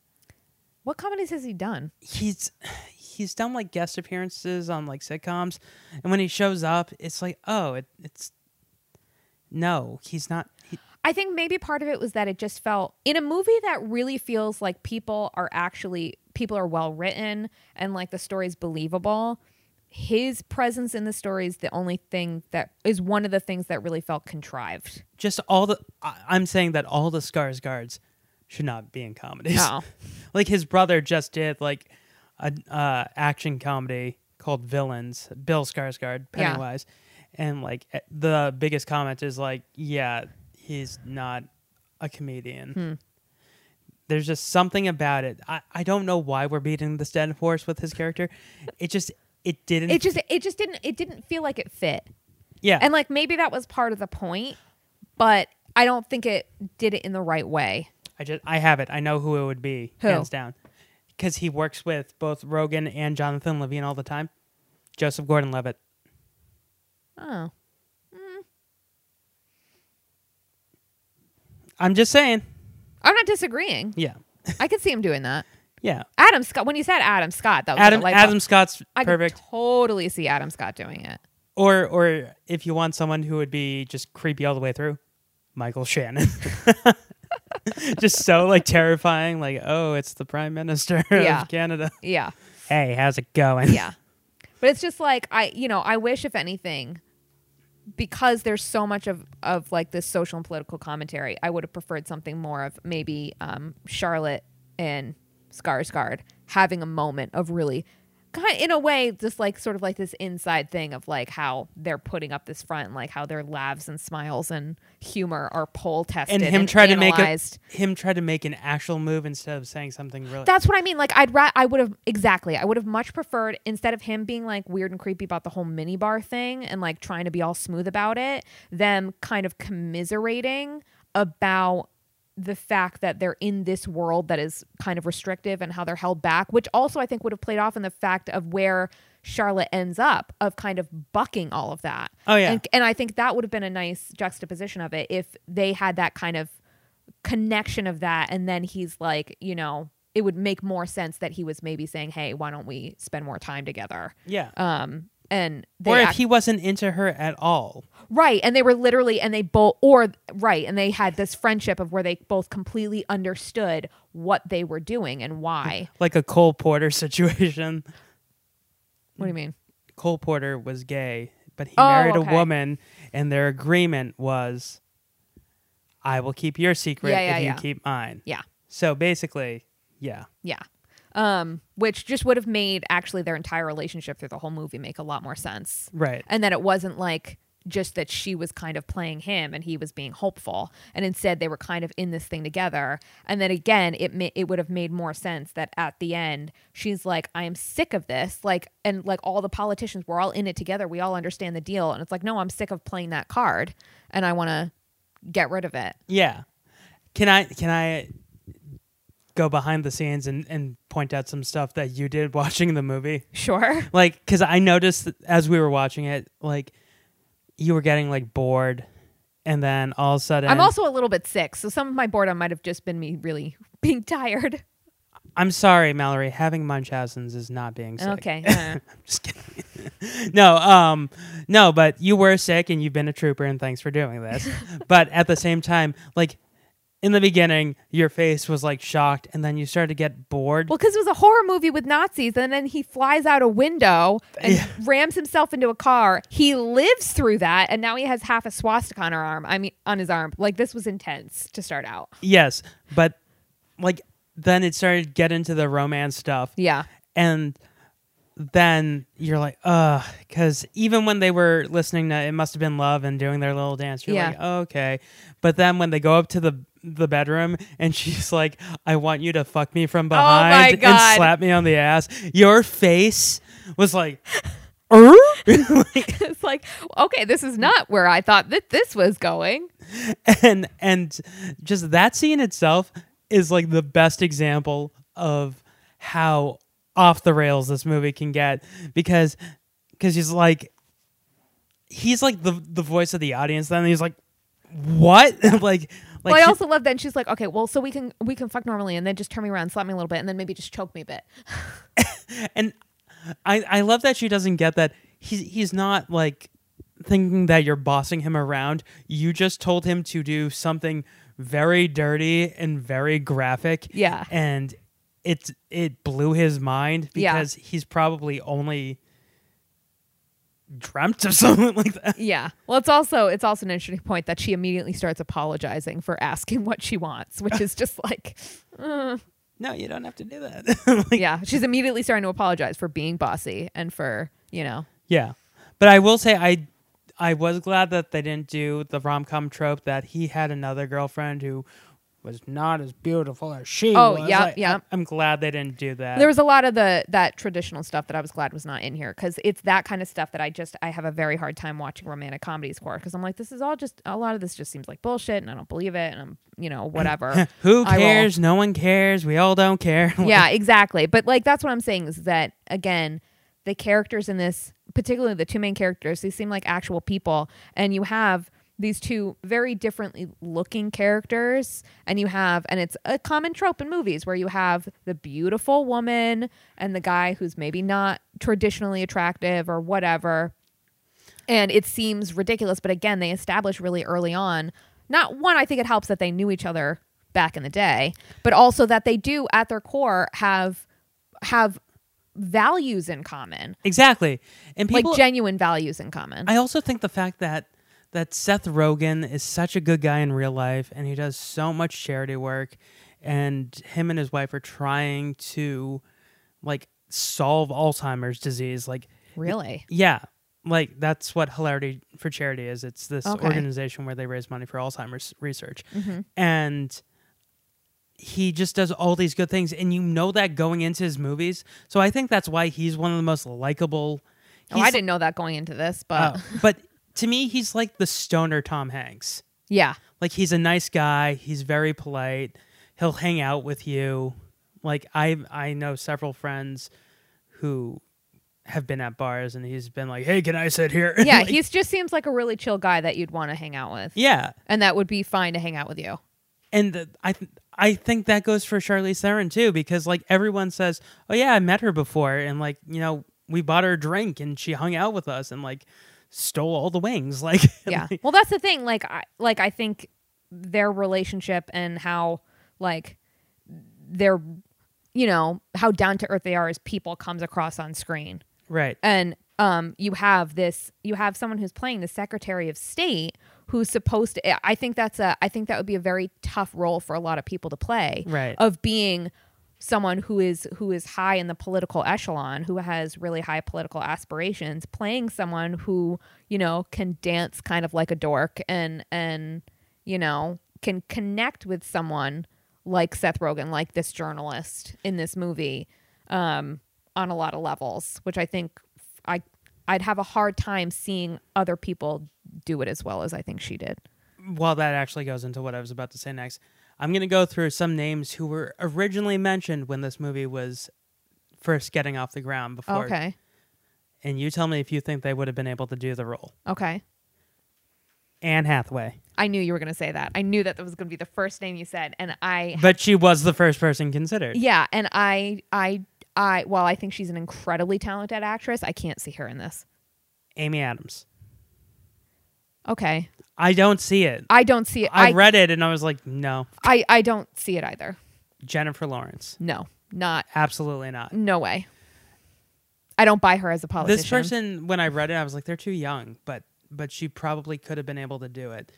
[SPEAKER 9] What comedies has he done?
[SPEAKER 1] he's he's done like guest appearances on like sitcoms and when he shows up it's like oh it, it's no he's not he,
[SPEAKER 9] I think maybe part of it was that it just felt in a movie that really feels like people are actually people are well written and like the story's believable. His presence in the story is the only thing that is one of the things that really felt contrived.
[SPEAKER 1] just all the I, i'm saying that all the scars guards should not be in comedies
[SPEAKER 9] No.
[SPEAKER 1] like his brother just did like an uh, action comedy called villains bill Skarsgård,
[SPEAKER 9] Yeah.
[SPEAKER 1] pennywise and like eh, the biggest comment is like yeah he's not a comedian
[SPEAKER 9] Hmm.
[SPEAKER 1] there's just something about it I, I don't know why we're beating this dead horse with his character it just it didn't
[SPEAKER 9] It just it just didn't it didn't feel like it fit.
[SPEAKER 1] yeah
[SPEAKER 9] And like maybe that was part of the point, but I don't think it did it in the right way.
[SPEAKER 1] i just i have it i know who it would be
[SPEAKER 9] Who?
[SPEAKER 1] hands down because he works with both rogan and jonathan levine all the time joseph gordon-levitt Mm.
[SPEAKER 9] Oh.
[SPEAKER 1] i'm just saying
[SPEAKER 9] I'm not disagreeing.
[SPEAKER 1] yeah
[SPEAKER 9] I could see him doing that.
[SPEAKER 1] yeah
[SPEAKER 9] Adam Scott when you said Adam Scott, that was
[SPEAKER 1] Adam
[SPEAKER 9] like a light bulb.
[SPEAKER 1] Adam Scott's
[SPEAKER 9] I
[SPEAKER 1] perfect.
[SPEAKER 9] could totally see Adam Scott doing it.
[SPEAKER 1] or or if you want someone who would be just creepy all the way through, Michael Shannon. just so like terrifying, like, oh, it's the Prime Minister
[SPEAKER 9] Yeah.
[SPEAKER 1] of Canada.
[SPEAKER 9] Yeah.
[SPEAKER 1] Hey, how's it going?
[SPEAKER 9] Yeah. But it's just like I you know, I wish if anything because there's so much of of like this social and political commentary, I would have preferred something more of maybe um Charlotte and Skarsgård having a moment of really kind in a way just like sort of like this inside thing of like how they're putting up this front and like how their laughs and smiles and humor are poll tested
[SPEAKER 1] And him try to make a,
[SPEAKER 9] analyzed.
[SPEAKER 1] him try to make an actual move instead of saying something really
[SPEAKER 9] That's what I mean. Like I'd ra- I would have exactly. I would have much preferred instead of him being like weird and creepy about the whole mini bar thing and like trying to be all smooth about it, them kind of commiserating about the fact that they're in this world that is kind of restrictive and how they're held back, which also I think would have played off in the fact of where Charlotte ends up of kind of bucking all of that.
[SPEAKER 1] Oh, yeah.
[SPEAKER 9] And, and I think that would have been a nice juxtaposition of it if they had that kind of connection of that and then he's like you know it would make more sense that he was maybe saying hey why don't we spend more time together
[SPEAKER 1] Yeah.
[SPEAKER 9] um and they
[SPEAKER 1] or if
[SPEAKER 9] act-
[SPEAKER 1] he wasn't into her at all.
[SPEAKER 9] right and they were literally and they both or right and they had this friendship of where they both completely understood what they were doing and why
[SPEAKER 1] Like a Cole Porter situation.
[SPEAKER 9] what do you mean
[SPEAKER 1] Cole Porter was gay, but he
[SPEAKER 9] Oh,
[SPEAKER 1] married
[SPEAKER 9] okay.
[SPEAKER 1] a woman, and their agreement was, "I will keep your secret
[SPEAKER 9] Yeah, yeah,
[SPEAKER 1] if you
[SPEAKER 9] yeah.
[SPEAKER 1] keep mine."
[SPEAKER 9] yeah
[SPEAKER 1] So basically, yeah,
[SPEAKER 9] yeah um which just would have made actually their entire relationship through the whole movie make a lot more sense
[SPEAKER 1] right.
[SPEAKER 9] and that it wasn't like just that she was kind of playing him and he was being hopeful and instead they were kind of in this thing together and then again it ma- it would have made more sense that at the end she's like I am sick of this like and like all the politicians we're all in it together we all understand the deal and it's like no I'm sick of playing that card and I want to get rid of it
[SPEAKER 1] yeah. Can I can I go behind the scenes and and point out some stuff that you did watching the movie?
[SPEAKER 9] sure
[SPEAKER 1] Like, because I noticed that as we were watching it, like you were getting like bored, and then all of a sudden,
[SPEAKER 9] I'm also a little bit sick so some of my boredom might have just been me really being tired
[SPEAKER 1] I'm sorry, Mallory. Having Munchausen's is not being sick.
[SPEAKER 9] okay
[SPEAKER 1] Just kidding. no, um, no, but you were sick and you've been a trooper, and thanks for doing this. but at the same time, like in the beginning, your face was like shocked, and then you started to get bored.
[SPEAKER 9] Well, because it was a horror movie with Nazis, and then he flies out a window and rams himself into a car. He lives through that, and now he has half a swastika on her arm. I mean, on his arm. Like this was intense to start out.
[SPEAKER 1] yes, but like then it started to get into the romance stuff.
[SPEAKER 9] Yeah,
[SPEAKER 1] and then you're like, uh, because even when they were listening to "It Must Have Been Love" and doing their little dance, you're
[SPEAKER 9] Yeah.
[SPEAKER 1] like, okay. But then when they go up to the the bedroom and she's like, "I want you to fuck me from
[SPEAKER 9] Oh my
[SPEAKER 1] behind
[SPEAKER 9] God.
[SPEAKER 1] and slap me on the ass," your face was like, "Er?"
[SPEAKER 9] it's like okay, this is not where I thought that this was going.
[SPEAKER 1] and and just that scene itself is like the best example of how off the rails this movie can get because because he's like he's like the the voice of the audience then he's like what like like
[SPEAKER 9] well, I
[SPEAKER 1] she-
[SPEAKER 9] also love that she's like, okay, well, so we can we can fuck normally, and then just turn me around, slap me a little bit, and then maybe just choke me a bit.
[SPEAKER 1] and I I love that she doesn't get that he's he's not like thinking that you're bossing him around. You just told him to do something very dirty and very graphic.
[SPEAKER 9] Yeah.
[SPEAKER 1] and it it blew his mind
[SPEAKER 9] Yeah.
[SPEAKER 1] because he's probably only dreamt of something like that.
[SPEAKER 9] Yeah. Well, it's also it's also an interesting point that she immediately starts apologizing for asking what she wants, which is just like,
[SPEAKER 1] No, you don't have to do that. Like,
[SPEAKER 9] yeah, she's immediately starting to apologize for being bossy and for you know,
[SPEAKER 1] Yeah, but I will say I I was glad that they didn't do the rom com trope that he had another girlfriend who was not as beautiful as she.
[SPEAKER 9] Oh,
[SPEAKER 1] was.
[SPEAKER 9] yeah,
[SPEAKER 1] Like,
[SPEAKER 9] yeah.
[SPEAKER 1] I'm, I'm glad they didn't do that.
[SPEAKER 9] there was a lot of the that traditional stuff that I was glad was not in here because it's that kind of stuff that I just I have a very hard time watching romantic comedies for because I'm like this is all just a lot of this just seems like bullshit and I don't believe it and I'm you know whatever.
[SPEAKER 1] who
[SPEAKER 9] I roll.
[SPEAKER 1] cares? No one cares. We all don't care. Like,
[SPEAKER 9] yeah, exactly. But like that's what I'm saying is that again, the characters in this, particularly the two main characters, they seem like actual people, and you have these two very differently looking characters and you have and it's a common trope in movies where you have the beautiful woman and the guy who's maybe not traditionally attractive or whatever and it seems ridiculous, but again, they establish really early on. Not one, I think it helps that they knew each other back in the day, but also that they do at their core have have values in common,
[SPEAKER 1] exactly. And people,
[SPEAKER 9] like genuine values in common.
[SPEAKER 1] I also think the fact that that Seth Rogen is such a good guy in real life and he does so much charity work and him and his wife are trying to like solve Alzheimer's disease like
[SPEAKER 9] really?
[SPEAKER 1] Yeah. Like that's what Hilarity for Charity is. It's this
[SPEAKER 9] Okay. Mm-hmm.
[SPEAKER 1] organization where they raise money for Alzheimer's research. And he just does all these good things and you know that going into his movies. So I think that's why he's one of the most likable
[SPEAKER 9] Oh, I
[SPEAKER 1] he's-
[SPEAKER 9] didn't know that going into this, but
[SPEAKER 1] uh, but to me he's like the stoner Tom Hanks.
[SPEAKER 9] yeah.
[SPEAKER 1] Like he's a nice guy, he's very polite. He'll hang out with you. Like I I know several friends who have been at bars and he's been like, "Hey, can I sit here?"
[SPEAKER 9] Yeah,
[SPEAKER 1] Like-
[SPEAKER 9] he just seems like a really chill guy that you'd want to hang out with.
[SPEAKER 1] Yeah,
[SPEAKER 9] And that would be fine to hang out with you.
[SPEAKER 1] and th- I th- I think that goes for Charlize Theron too because like everyone says, "Oh yeah, I met her before," and like you know we bought her a drink and she hung out with us and like stole all the wings. Like
[SPEAKER 9] yeah well that's the thing like i like i think their relationship and how like their you know how down to earth they are as people comes across on screen
[SPEAKER 1] right.
[SPEAKER 9] and um you have this you have someone who's playing the secretary of state who's supposed to I- i think that's a i think that would be a very tough role for a lot of people to play
[SPEAKER 1] Right.
[SPEAKER 9] of being someone who is who is high in the political echelon who has really high political aspirations playing someone who you know can dance kind of like a dork and and you know can connect with someone like Seth Rogen like this journalist in this movie um on a lot of levels which I think I I'd have a hard time seeing other people do it as well as I think she did
[SPEAKER 1] well, that actually goes into what I was about to say next. I'm going to go through some names who were originally mentioned when this movie was first getting off the ground before.
[SPEAKER 9] okay
[SPEAKER 1] And you tell me if you think they would have been able to do the role.
[SPEAKER 9] okay
[SPEAKER 1] Anne Hathaway.
[SPEAKER 9] I knew you were going to say that. I knew that that was going to be the first name you said, and I
[SPEAKER 1] But she was the first person considered.
[SPEAKER 9] yeah, and I I I while I think she's an incredibly talented actress, I can't see her in this.
[SPEAKER 1] Amy Adams.
[SPEAKER 9] Okay.
[SPEAKER 1] I don't see it.
[SPEAKER 9] I don't see it.
[SPEAKER 1] I,
[SPEAKER 9] I
[SPEAKER 1] read it and I was like, no.
[SPEAKER 9] I, I don't see it either.
[SPEAKER 1] Jennifer Lawrence.
[SPEAKER 9] No. Not
[SPEAKER 1] Absolutely not.
[SPEAKER 9] no way. I don't buy her as a politician.
[SPEAKER 1] This person, when I read it, I was like, they're too young, but but she probably could have been able to do it.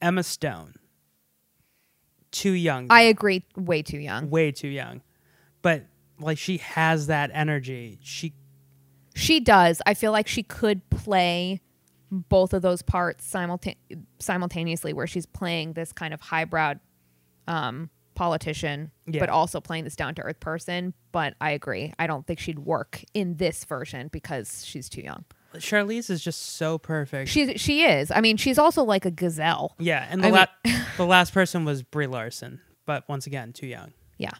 [SPEAKER 1] Emma Stone. Too young.
[SPEAKER 9] I agree way too young.
[SPEAKER 1] way too young. But like she has that energy. She
[SPEAKER 9] She does. I feel like she could play both of those parts simulta- simultaneously where she's playing this kind of highbrow um politician
[SPEAKER 1] Yeah.
[SPEAKER 9] but also playing this down to earth person, but I agree. I don't think she'd work in this version because she's too young.
[SPEAKER 1] Charlize is just so perfect.
[SPEAKER 9] She she is. I mean, she's also like a gazelle.
[SPEAKER 1] yeah, and the
[SPEAKER 9] I
[SPEAKER 1] la-
[SPEAKER 9] mean-
[SPEAKER 1] the last person was Brie Larson, but once again, too young.
[SPEAKER 9] Yeah.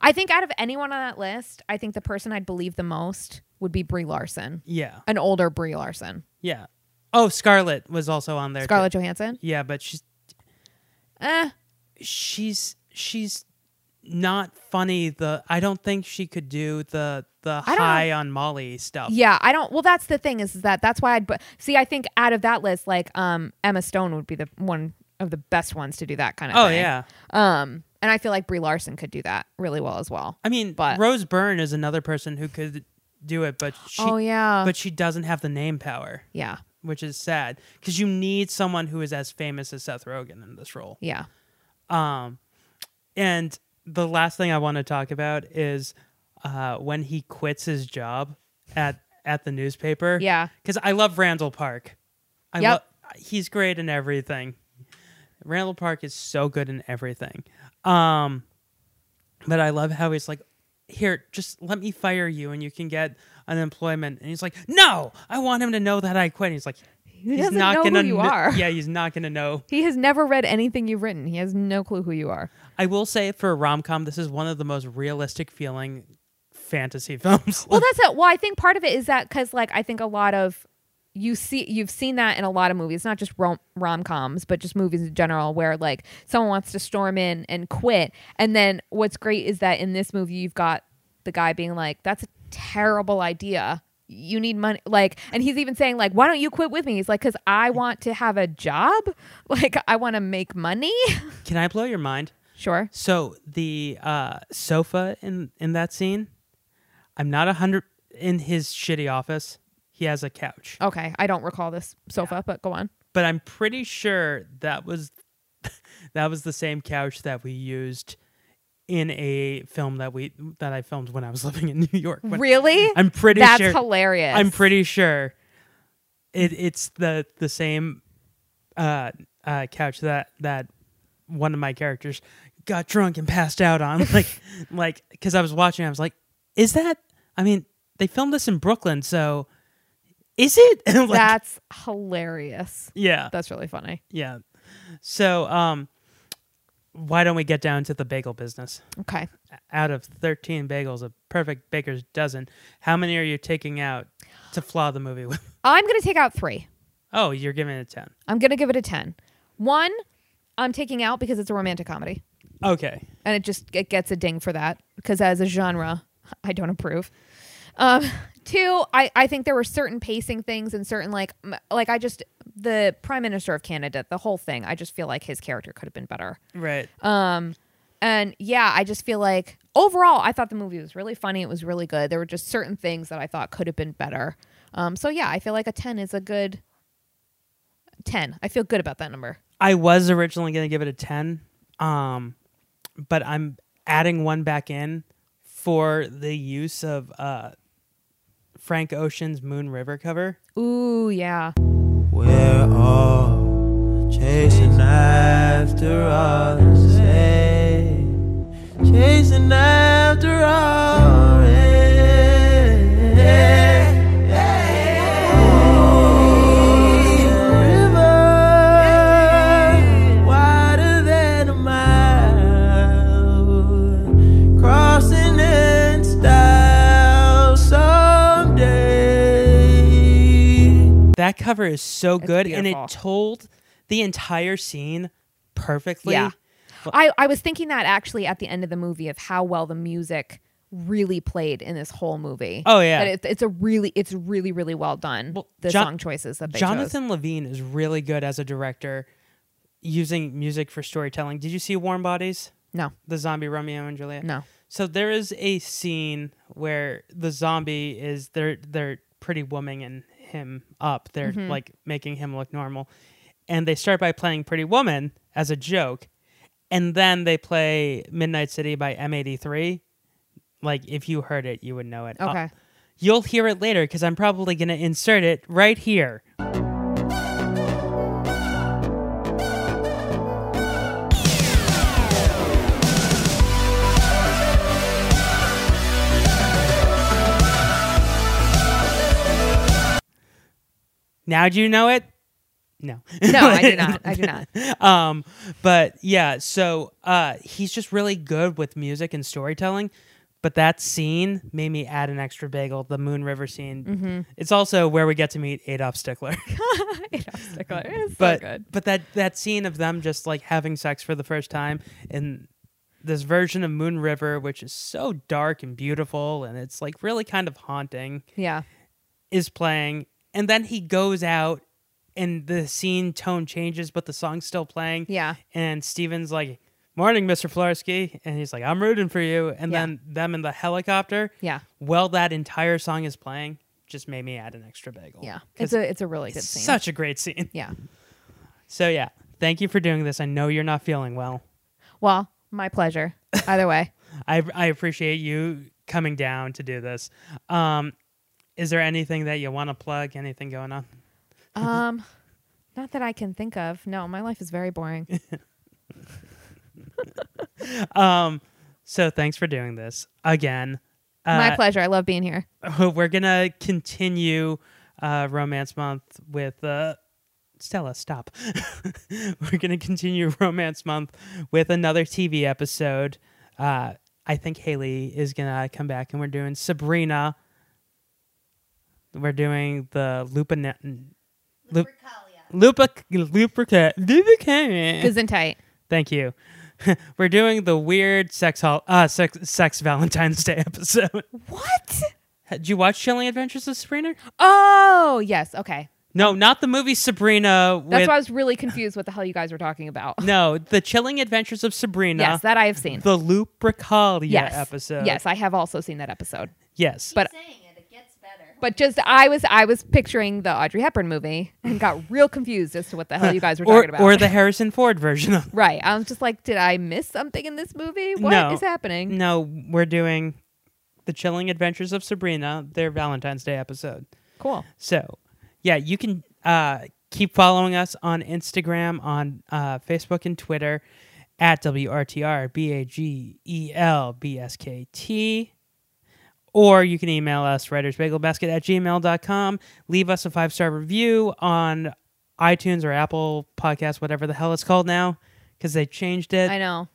[SPEAKER 9] I think out of anyone on that list, I think the person I'd believe the most would be Brie Larson,
[SPEAKER 1] Yeah.
[SPEAKER 9] an older Brie Larson.
[SPEAKER 1] Yeah. Oh, Scarlett was also on there. too.
[SPEAKER 9] Scarlett Johansson?
[SPEAKER 1] Yeah, but she's
[SPEAKER 9] Eh,
[SPEAKER 1] she's she's not funny. The I don't think she could do the the
[SPEAKER 9] I don't-
[SPEAKER 1] high on Molly stuff.
[SPEAKER 9] yeah, I don't. Well, that's the thing is, is that that's why I'd bu- see. I think out of that list, like um, Emma Stone would be the one of the best ones to do that kind of.
[SPEAKER 1] Oh
[SPEAKER 9] thing.
[SPEAKER 1] yeah.
[SPEAKER 9] Um, and I feel like Brie Larson could do that really well as well.
[SPEAKER 1] I mean,
[SPEAKER 9] But-
[SPEAKER 1] Rose Byrne is another person who could do it, but she
[SPEAKER 9] oh yeah,
[SPEAKER 1] but she doesn't have the name power,
[SPEAKER 9] yeah,
[SPEAKER 1] which is sad because you need someone who is as famous as Seth Rogen in this role.
[SPEAKER 9] yeah.
[SPEAKER 1] And the last thing I want to talk about is uh, when he quits his job at at the newspaper.
[SPEAKER 9] Yeah.
[SPEAKER 1] because I love Randall Park. I
[SPEAKER 9] Yep.
[SPEAKER 1] lo- he's great in everything. Randall Park is so good in everything. Um, but I love how he's like, here, just let me fire you, and you can get unemployment. And he's like, no, I want him to know that I quit. And he's like, he's
[SPEAKER 9] doesn't
[SPEAKER 1] not
[SPEAKER 9] know who
[SPEAKER 1] gonna
[SPEAKER 9] you
[SPEAKER 1] kn-
[SPEAKER 9] are.
[SPEAKER 1] Yeah, he's not gonna know.
[SPEAKER 9] He has never read anything you've written. He has no clue who you are.
[SPEAKER 1] I will say for a rom com, this is one of the most realistic feeling fantasy films.
[SPEAKER 9] Well, that's it. Well, I think part of it is that because, like, I think a lot of you see you've seen that in a lot of movies, not just rom rom coms, but just movies in general, where like someone wants to storm in and quit, and then what's great is that in this movie you've got the guy being like, "That's a terrible idea." You need money, like, and he's even saying, like, why don't you quit with me? He's like, because I want to have a job, like, I want to make money.
[SPEAKER 1] Can I blow your mind?
[SPEAKER 9] sure,
[SPEAKER 1] So the uh, sofa in in that scene, I'm not a hundred in his shitty office. He has a couch,
[SPEAKER 9] okay, I don't recall this sofa, but go on.
[SPEAKER 1] but I'm pretty sure that was that was the same couch that we used in a film that we that I filmed when I was living in New York. When-
[SPEAKER 9] Really?
[SPEAKER 1] I'm pretty
[SPEAKER 9] That's
[SPEAKER 1] sure.
[SPEAKER 9] hilarious.
[SPEAKER 1] I'm pretty sure it, it's the the same uh, uh, couch that that one of my characters got drunk and passed out on. Like, like because I was watching, I was like, "Is that?" I mean, they filmed this in Brooklyn, so is it? And, like,
[SPEAKER 9] That's hilarious.
[SPEAKER 1] yeah,
[SPEAKER 9] That's really funny.
[SPEAKER 1] yeah. So, um, why don't we get down to the bagel business?
[SPEAKER 9] Okay.
[SPEAKER 1] Out of thirteen bagels, a perfect baker's dozen. How many are you taking out to flaw the movie with?
[SPEAKER 9] I'm going to take out three.
[SPEAKER 1] Oh, you're giving it a 10.
[SPEAKER 9] I'm going to give it a 10. One, I'm taking out because it's a romantic comedy.
[SPEAKER 1] Okay.
[SPEAKER 9] And it just it gets a ding for that because as a genre, I don't approve. Um, two, I, I think there were certain pacing things and certain like m- like I just the prime minister of Canada, the whole thing. I just feel like his character could have been better.
[SPEAKER 1] Right.
[SPEAKER 9] And yeah, I just feel like overall, I thought the movie was really funny. It was really good. There were just certain things that I thought could have been better. Um, so yeah, I feel like a 10 is a good 10. I feel good about that number.
[SPEAKER 1] I was originally going to give it a 10, um, but I'm adding one back in for the use of uh, Frank Ocean's Moon River cover.
[SPEAKER 9] Ooh, yeah.
[SPEAKER 8] We're all chasing after all the same. Chasing after all. River, wider than a mile, crossing in style someday.
[SPEAKER 1] That cover is so good, and
[SPEAKER 9] beautiful.
[SPEAKER 1] it told the entire scene perfectly.
[SPEAKER 9] Yeah. I, I was thinking that actually at the end of the movie of how well the music really played in this whole movie.
[SPEAKER 1] Oh, yeah.
[SPEAKER 9] That it, it's a really it's really really well done. the
[SPEAKER 1] Jon-
[SPEAKER 9] song choices that they
[SPEAKER 1] Jonathan Levine is really good as a director using music for storytelling. Did you see Warm Bodies?
[SPEAKER 9] No.
[SPEAKER 1] The zombie Romeo and Juliet?
[SPEAKER 9] No.
[SPEAKER 1] So there is a scene where the zombie is they're they're pretty womaning him up. They're
[SPEAKER 9] Mhm.
[SPEAKER 1] like making him look normal. And they start by playing Pretty Woman as a joke. And then they play Midnight City by M83. Like if you heard it, you would know it. Uh,
[SPEAKER 9] Okay.
[SPEAKER 1] you'll hear it later because I'm probably going to insert it right here. Now do you know it? No.
[SPEAKER 9] chose. No, I do not. I do not.
[SPEAKER 1] um but yeah so uh he's just really good with music and storytelling but that scene made me add an extra bagel the moon river scene
[SPEAKER 9] Mhm.
[SPEAKER 1] it's also where we get to meet adolf stickler
[SPEAKER 9] Stickler. It's
[SPEAKER 1] but
[SPEAKER 9] so good.
[SPEAKER 1] but that that scene of them just like having sex for the first time in this version of moon river which is so dark and beautiful and it's like really kind of haunting
[SPEAKER 9] Yeah.
[SPEAKER 1] is playing and then he goes out and the scene tone changes but the song's still playing
[SPEAKER 9] Yeah.
[SPEAKER 1] and Steven's like, Morning, Mr. Florsky. And he's like, I'm rooting for you. And
[SPEAKER 9] Yeah.
[SPEAKER 1] then them in the helicopter.
[SPEAKER 9] Yeah.
[SPEAKER 1] Well, that entire song is playing. Just made me add an extra bagel.
[SPEAKER 9] Yeah.
[SPEAKER 1] 'Cause
[SPEAKER 9] It's a it's a really good scene.
[SPEAKER 1] Such a great scene.
[SPEAKER 9] yeah.
[SPEAKER 1] So, yeah. Thank you for doing this. I know you're not feeling well.
[SPEAKER 9] Well, my pleasure. Either way.
[SPEAKER 1] I, I appreciate you coming down to do this. Um, is there anything that you want to plug? Anything going on?
[SPEAKER 9] Um not that I can think of. No, my life is very boring.
[SPEAKER 1] Um, so, thanks for doing this again.
[SPEAKER 9] my
[SPEAKER 1] Uh,
[SPEAKER 9] pleasure. I love being here.
[SPEAKER 1] we're gonna continue uh, romance month with uh, Stella. Stop. we're gonna continue romance month with another TV episode. Uh, I think Haley is gonna come back, and we're doing Sabrina. We're doing the Lupin. Lup- Lupic- Luperca- Luperca-
[SPEAKER 9] Isn't tight.
[SPEAKER 1] Thank you. We're doing the weird sex hol- uh, sex, sex Valentine's Day episode.
[SPEAKER 9] What?
[SPEAKER 1] Did you watch Chilling Adventures of Sabrina?
[SPEAKER 9] Oh, yes. Okay.
[SPEAKER 1] No, not the movie Sabrina.
[SPEAKER 9] That's
[SPEAKER 1] with,
[SPEAKER 9] why I was really confused what the hell you guys were talking about.
[SPEAKER 1] No, the Chilling Adventures of Sabrina.
[SPEAKER 9] Yes, that I have seen.
[SPEAKER 1] the Lupercalia
[SPEAKER 9] yes.
[SPEAKER 1] episode.
[SPEAKER 9] Yes, I have also seen that episode.
[SPEAKER 1] Yes.
[SPEAKER 9] But But just I was I was picturing the Audrey Hepburn movie and got real confused as to what the hell you guys were
[SPEAKER 1] or,
[SPEAKER 9] talking about.
[SPEAKER 1] or the Harrison Ford version of.
[SPEAKER 9] right. I was just like, did I miss something in this movie? What is
[SPEAKER 1] No.
[SPEAKER 9] happening?
[SPEAKER 1] No, we're doing the Chilling Adventures of Sabrina, their Valentine's Day episode.
[SPEAKER 9] Cool.
[SPEAKER 1] So, yeah, you can uh, keep following us on Instagram, on uh, Facebook, and Twitter at WRTR E Or you can email us writersbagelbasket at gmail.com. Leave us a five star review on iTunes or Apple Podcasts, whatever the hell it's called now, because they changed
[SPEAKER 9] I
[SPEAKER 1] it.
[SPEAKER 9] know.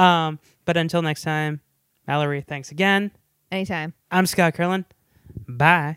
[SPEAKER 1] Um, but until next time, Mallory, thanks again.
[SPEAKER 9] Anytime.
[SPEAKER 1] I'm Scott Curlin. Bye.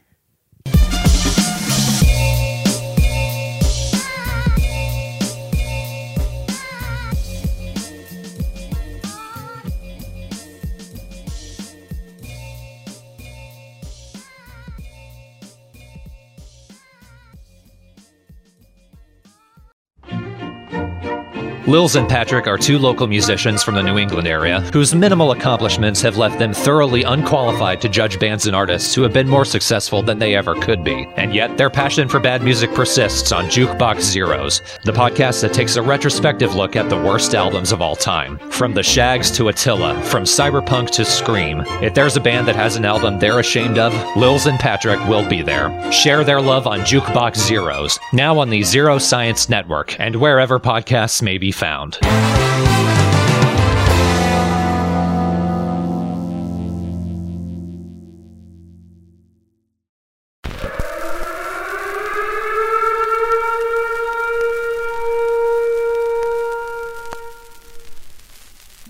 [SPEAKER 11] Lils and Patrick are two local musicians from the New England area whose minimal accomplishments have left them thoroughly unqualified to judge bands and artists who have been more successful than they ever could be. And yet, their passion for bad music persists on Jukebox Zeros, the podcast that takes a retrospective look at the worst albums of all time. From the Shags to Attila, from Cyberpunk to Scream, if there's a band that has an album they're ashamed of, Lils and Patrick will be there. Share their love on Jukebox Zeros, now on the Zero Science Network, and wherever podcasts may be found.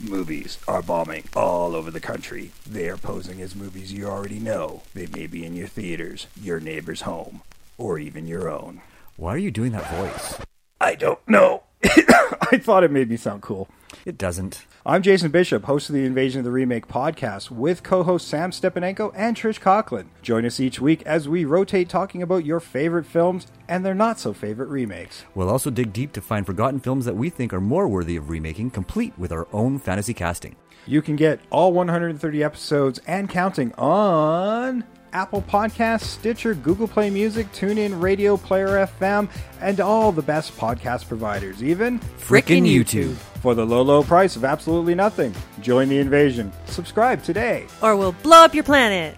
[SPEAKER 3] Movies are bombing all over the country. They are posing as movies you already know. They may be in your theaters, your neighbor's home, or even your own.
[SPEAKER 12] Why are you doing that voice?
[SPEAKER 3] I don't know.
[SPEAKER 11] I thought it made me sound cool.
[SPEAKER 1] It doesn't.
[SPEAKER 11] I'm Jason Bishop, host of the Invasion of the Remake podcast, with co host Sam Stepanenko and Trish Coughlin. Join us each week as we rotate talking about your favorite films and their not so favorite remakes.
[SPEAKER 1] We'll also dig deep to find forgotten films that we think are more worthy of remaking, complete with our own fantasy casting.
[SPEAKER 11] You can get all 130 episodes and counting on Apple Podcasts, Stitcher, Google Play Music, TuneIn Radio, Player FM, and all the best podcast providers, even
[SPEAKER 1] Frickin' YouTube.
[SPEAKER 11] For the low, low price of absolutely nothing. Join the invasion. Subscribe today.
[SPEAKER 13] Or we'll blow up your planet.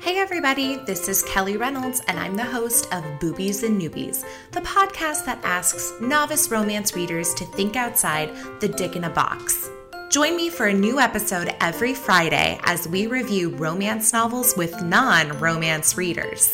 [SPEAKER 14] Hey, everybody, this is Kelly Reynolds, and I'm the host of Boobies and Newbies, the podcast that asks novice romance readers to think outside the dick in a box. Join me for a new episode every Friday as we review romance novels with non romance readers.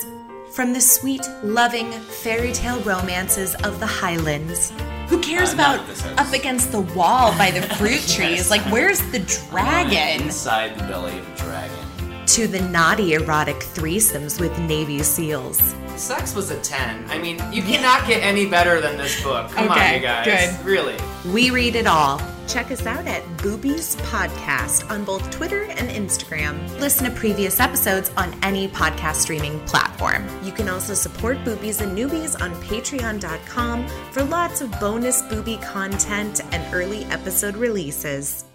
[SPEAKER 14] From the sweet, loving fairy tale romances of the Highlands, who cares about up against the wall by the fruit trees? Like, where's the dragon?
[SPEAKER 15] Inside the belly of a dragon.
[SPEAKER 14] to the naughty erotic threesomes with Navy SEALs.
[SPEAKER 15] Sex was a 10. I mean, you cannot get any better than this book. Come on,
[SPEAKER 14] Okay,
[SPEAKER 15] you guys.
[SPEAKER 14] good.
[SPEAKER 15] Really.
[SPEAKER 14] We read it all. Check us out at Boobies Podcast on both Twitter and Instagram. Listen to previous episodes on any podcast streaming platform. You can also support Boobies and Newbies on patreon.com for lots of bonus booby content and early episode releases.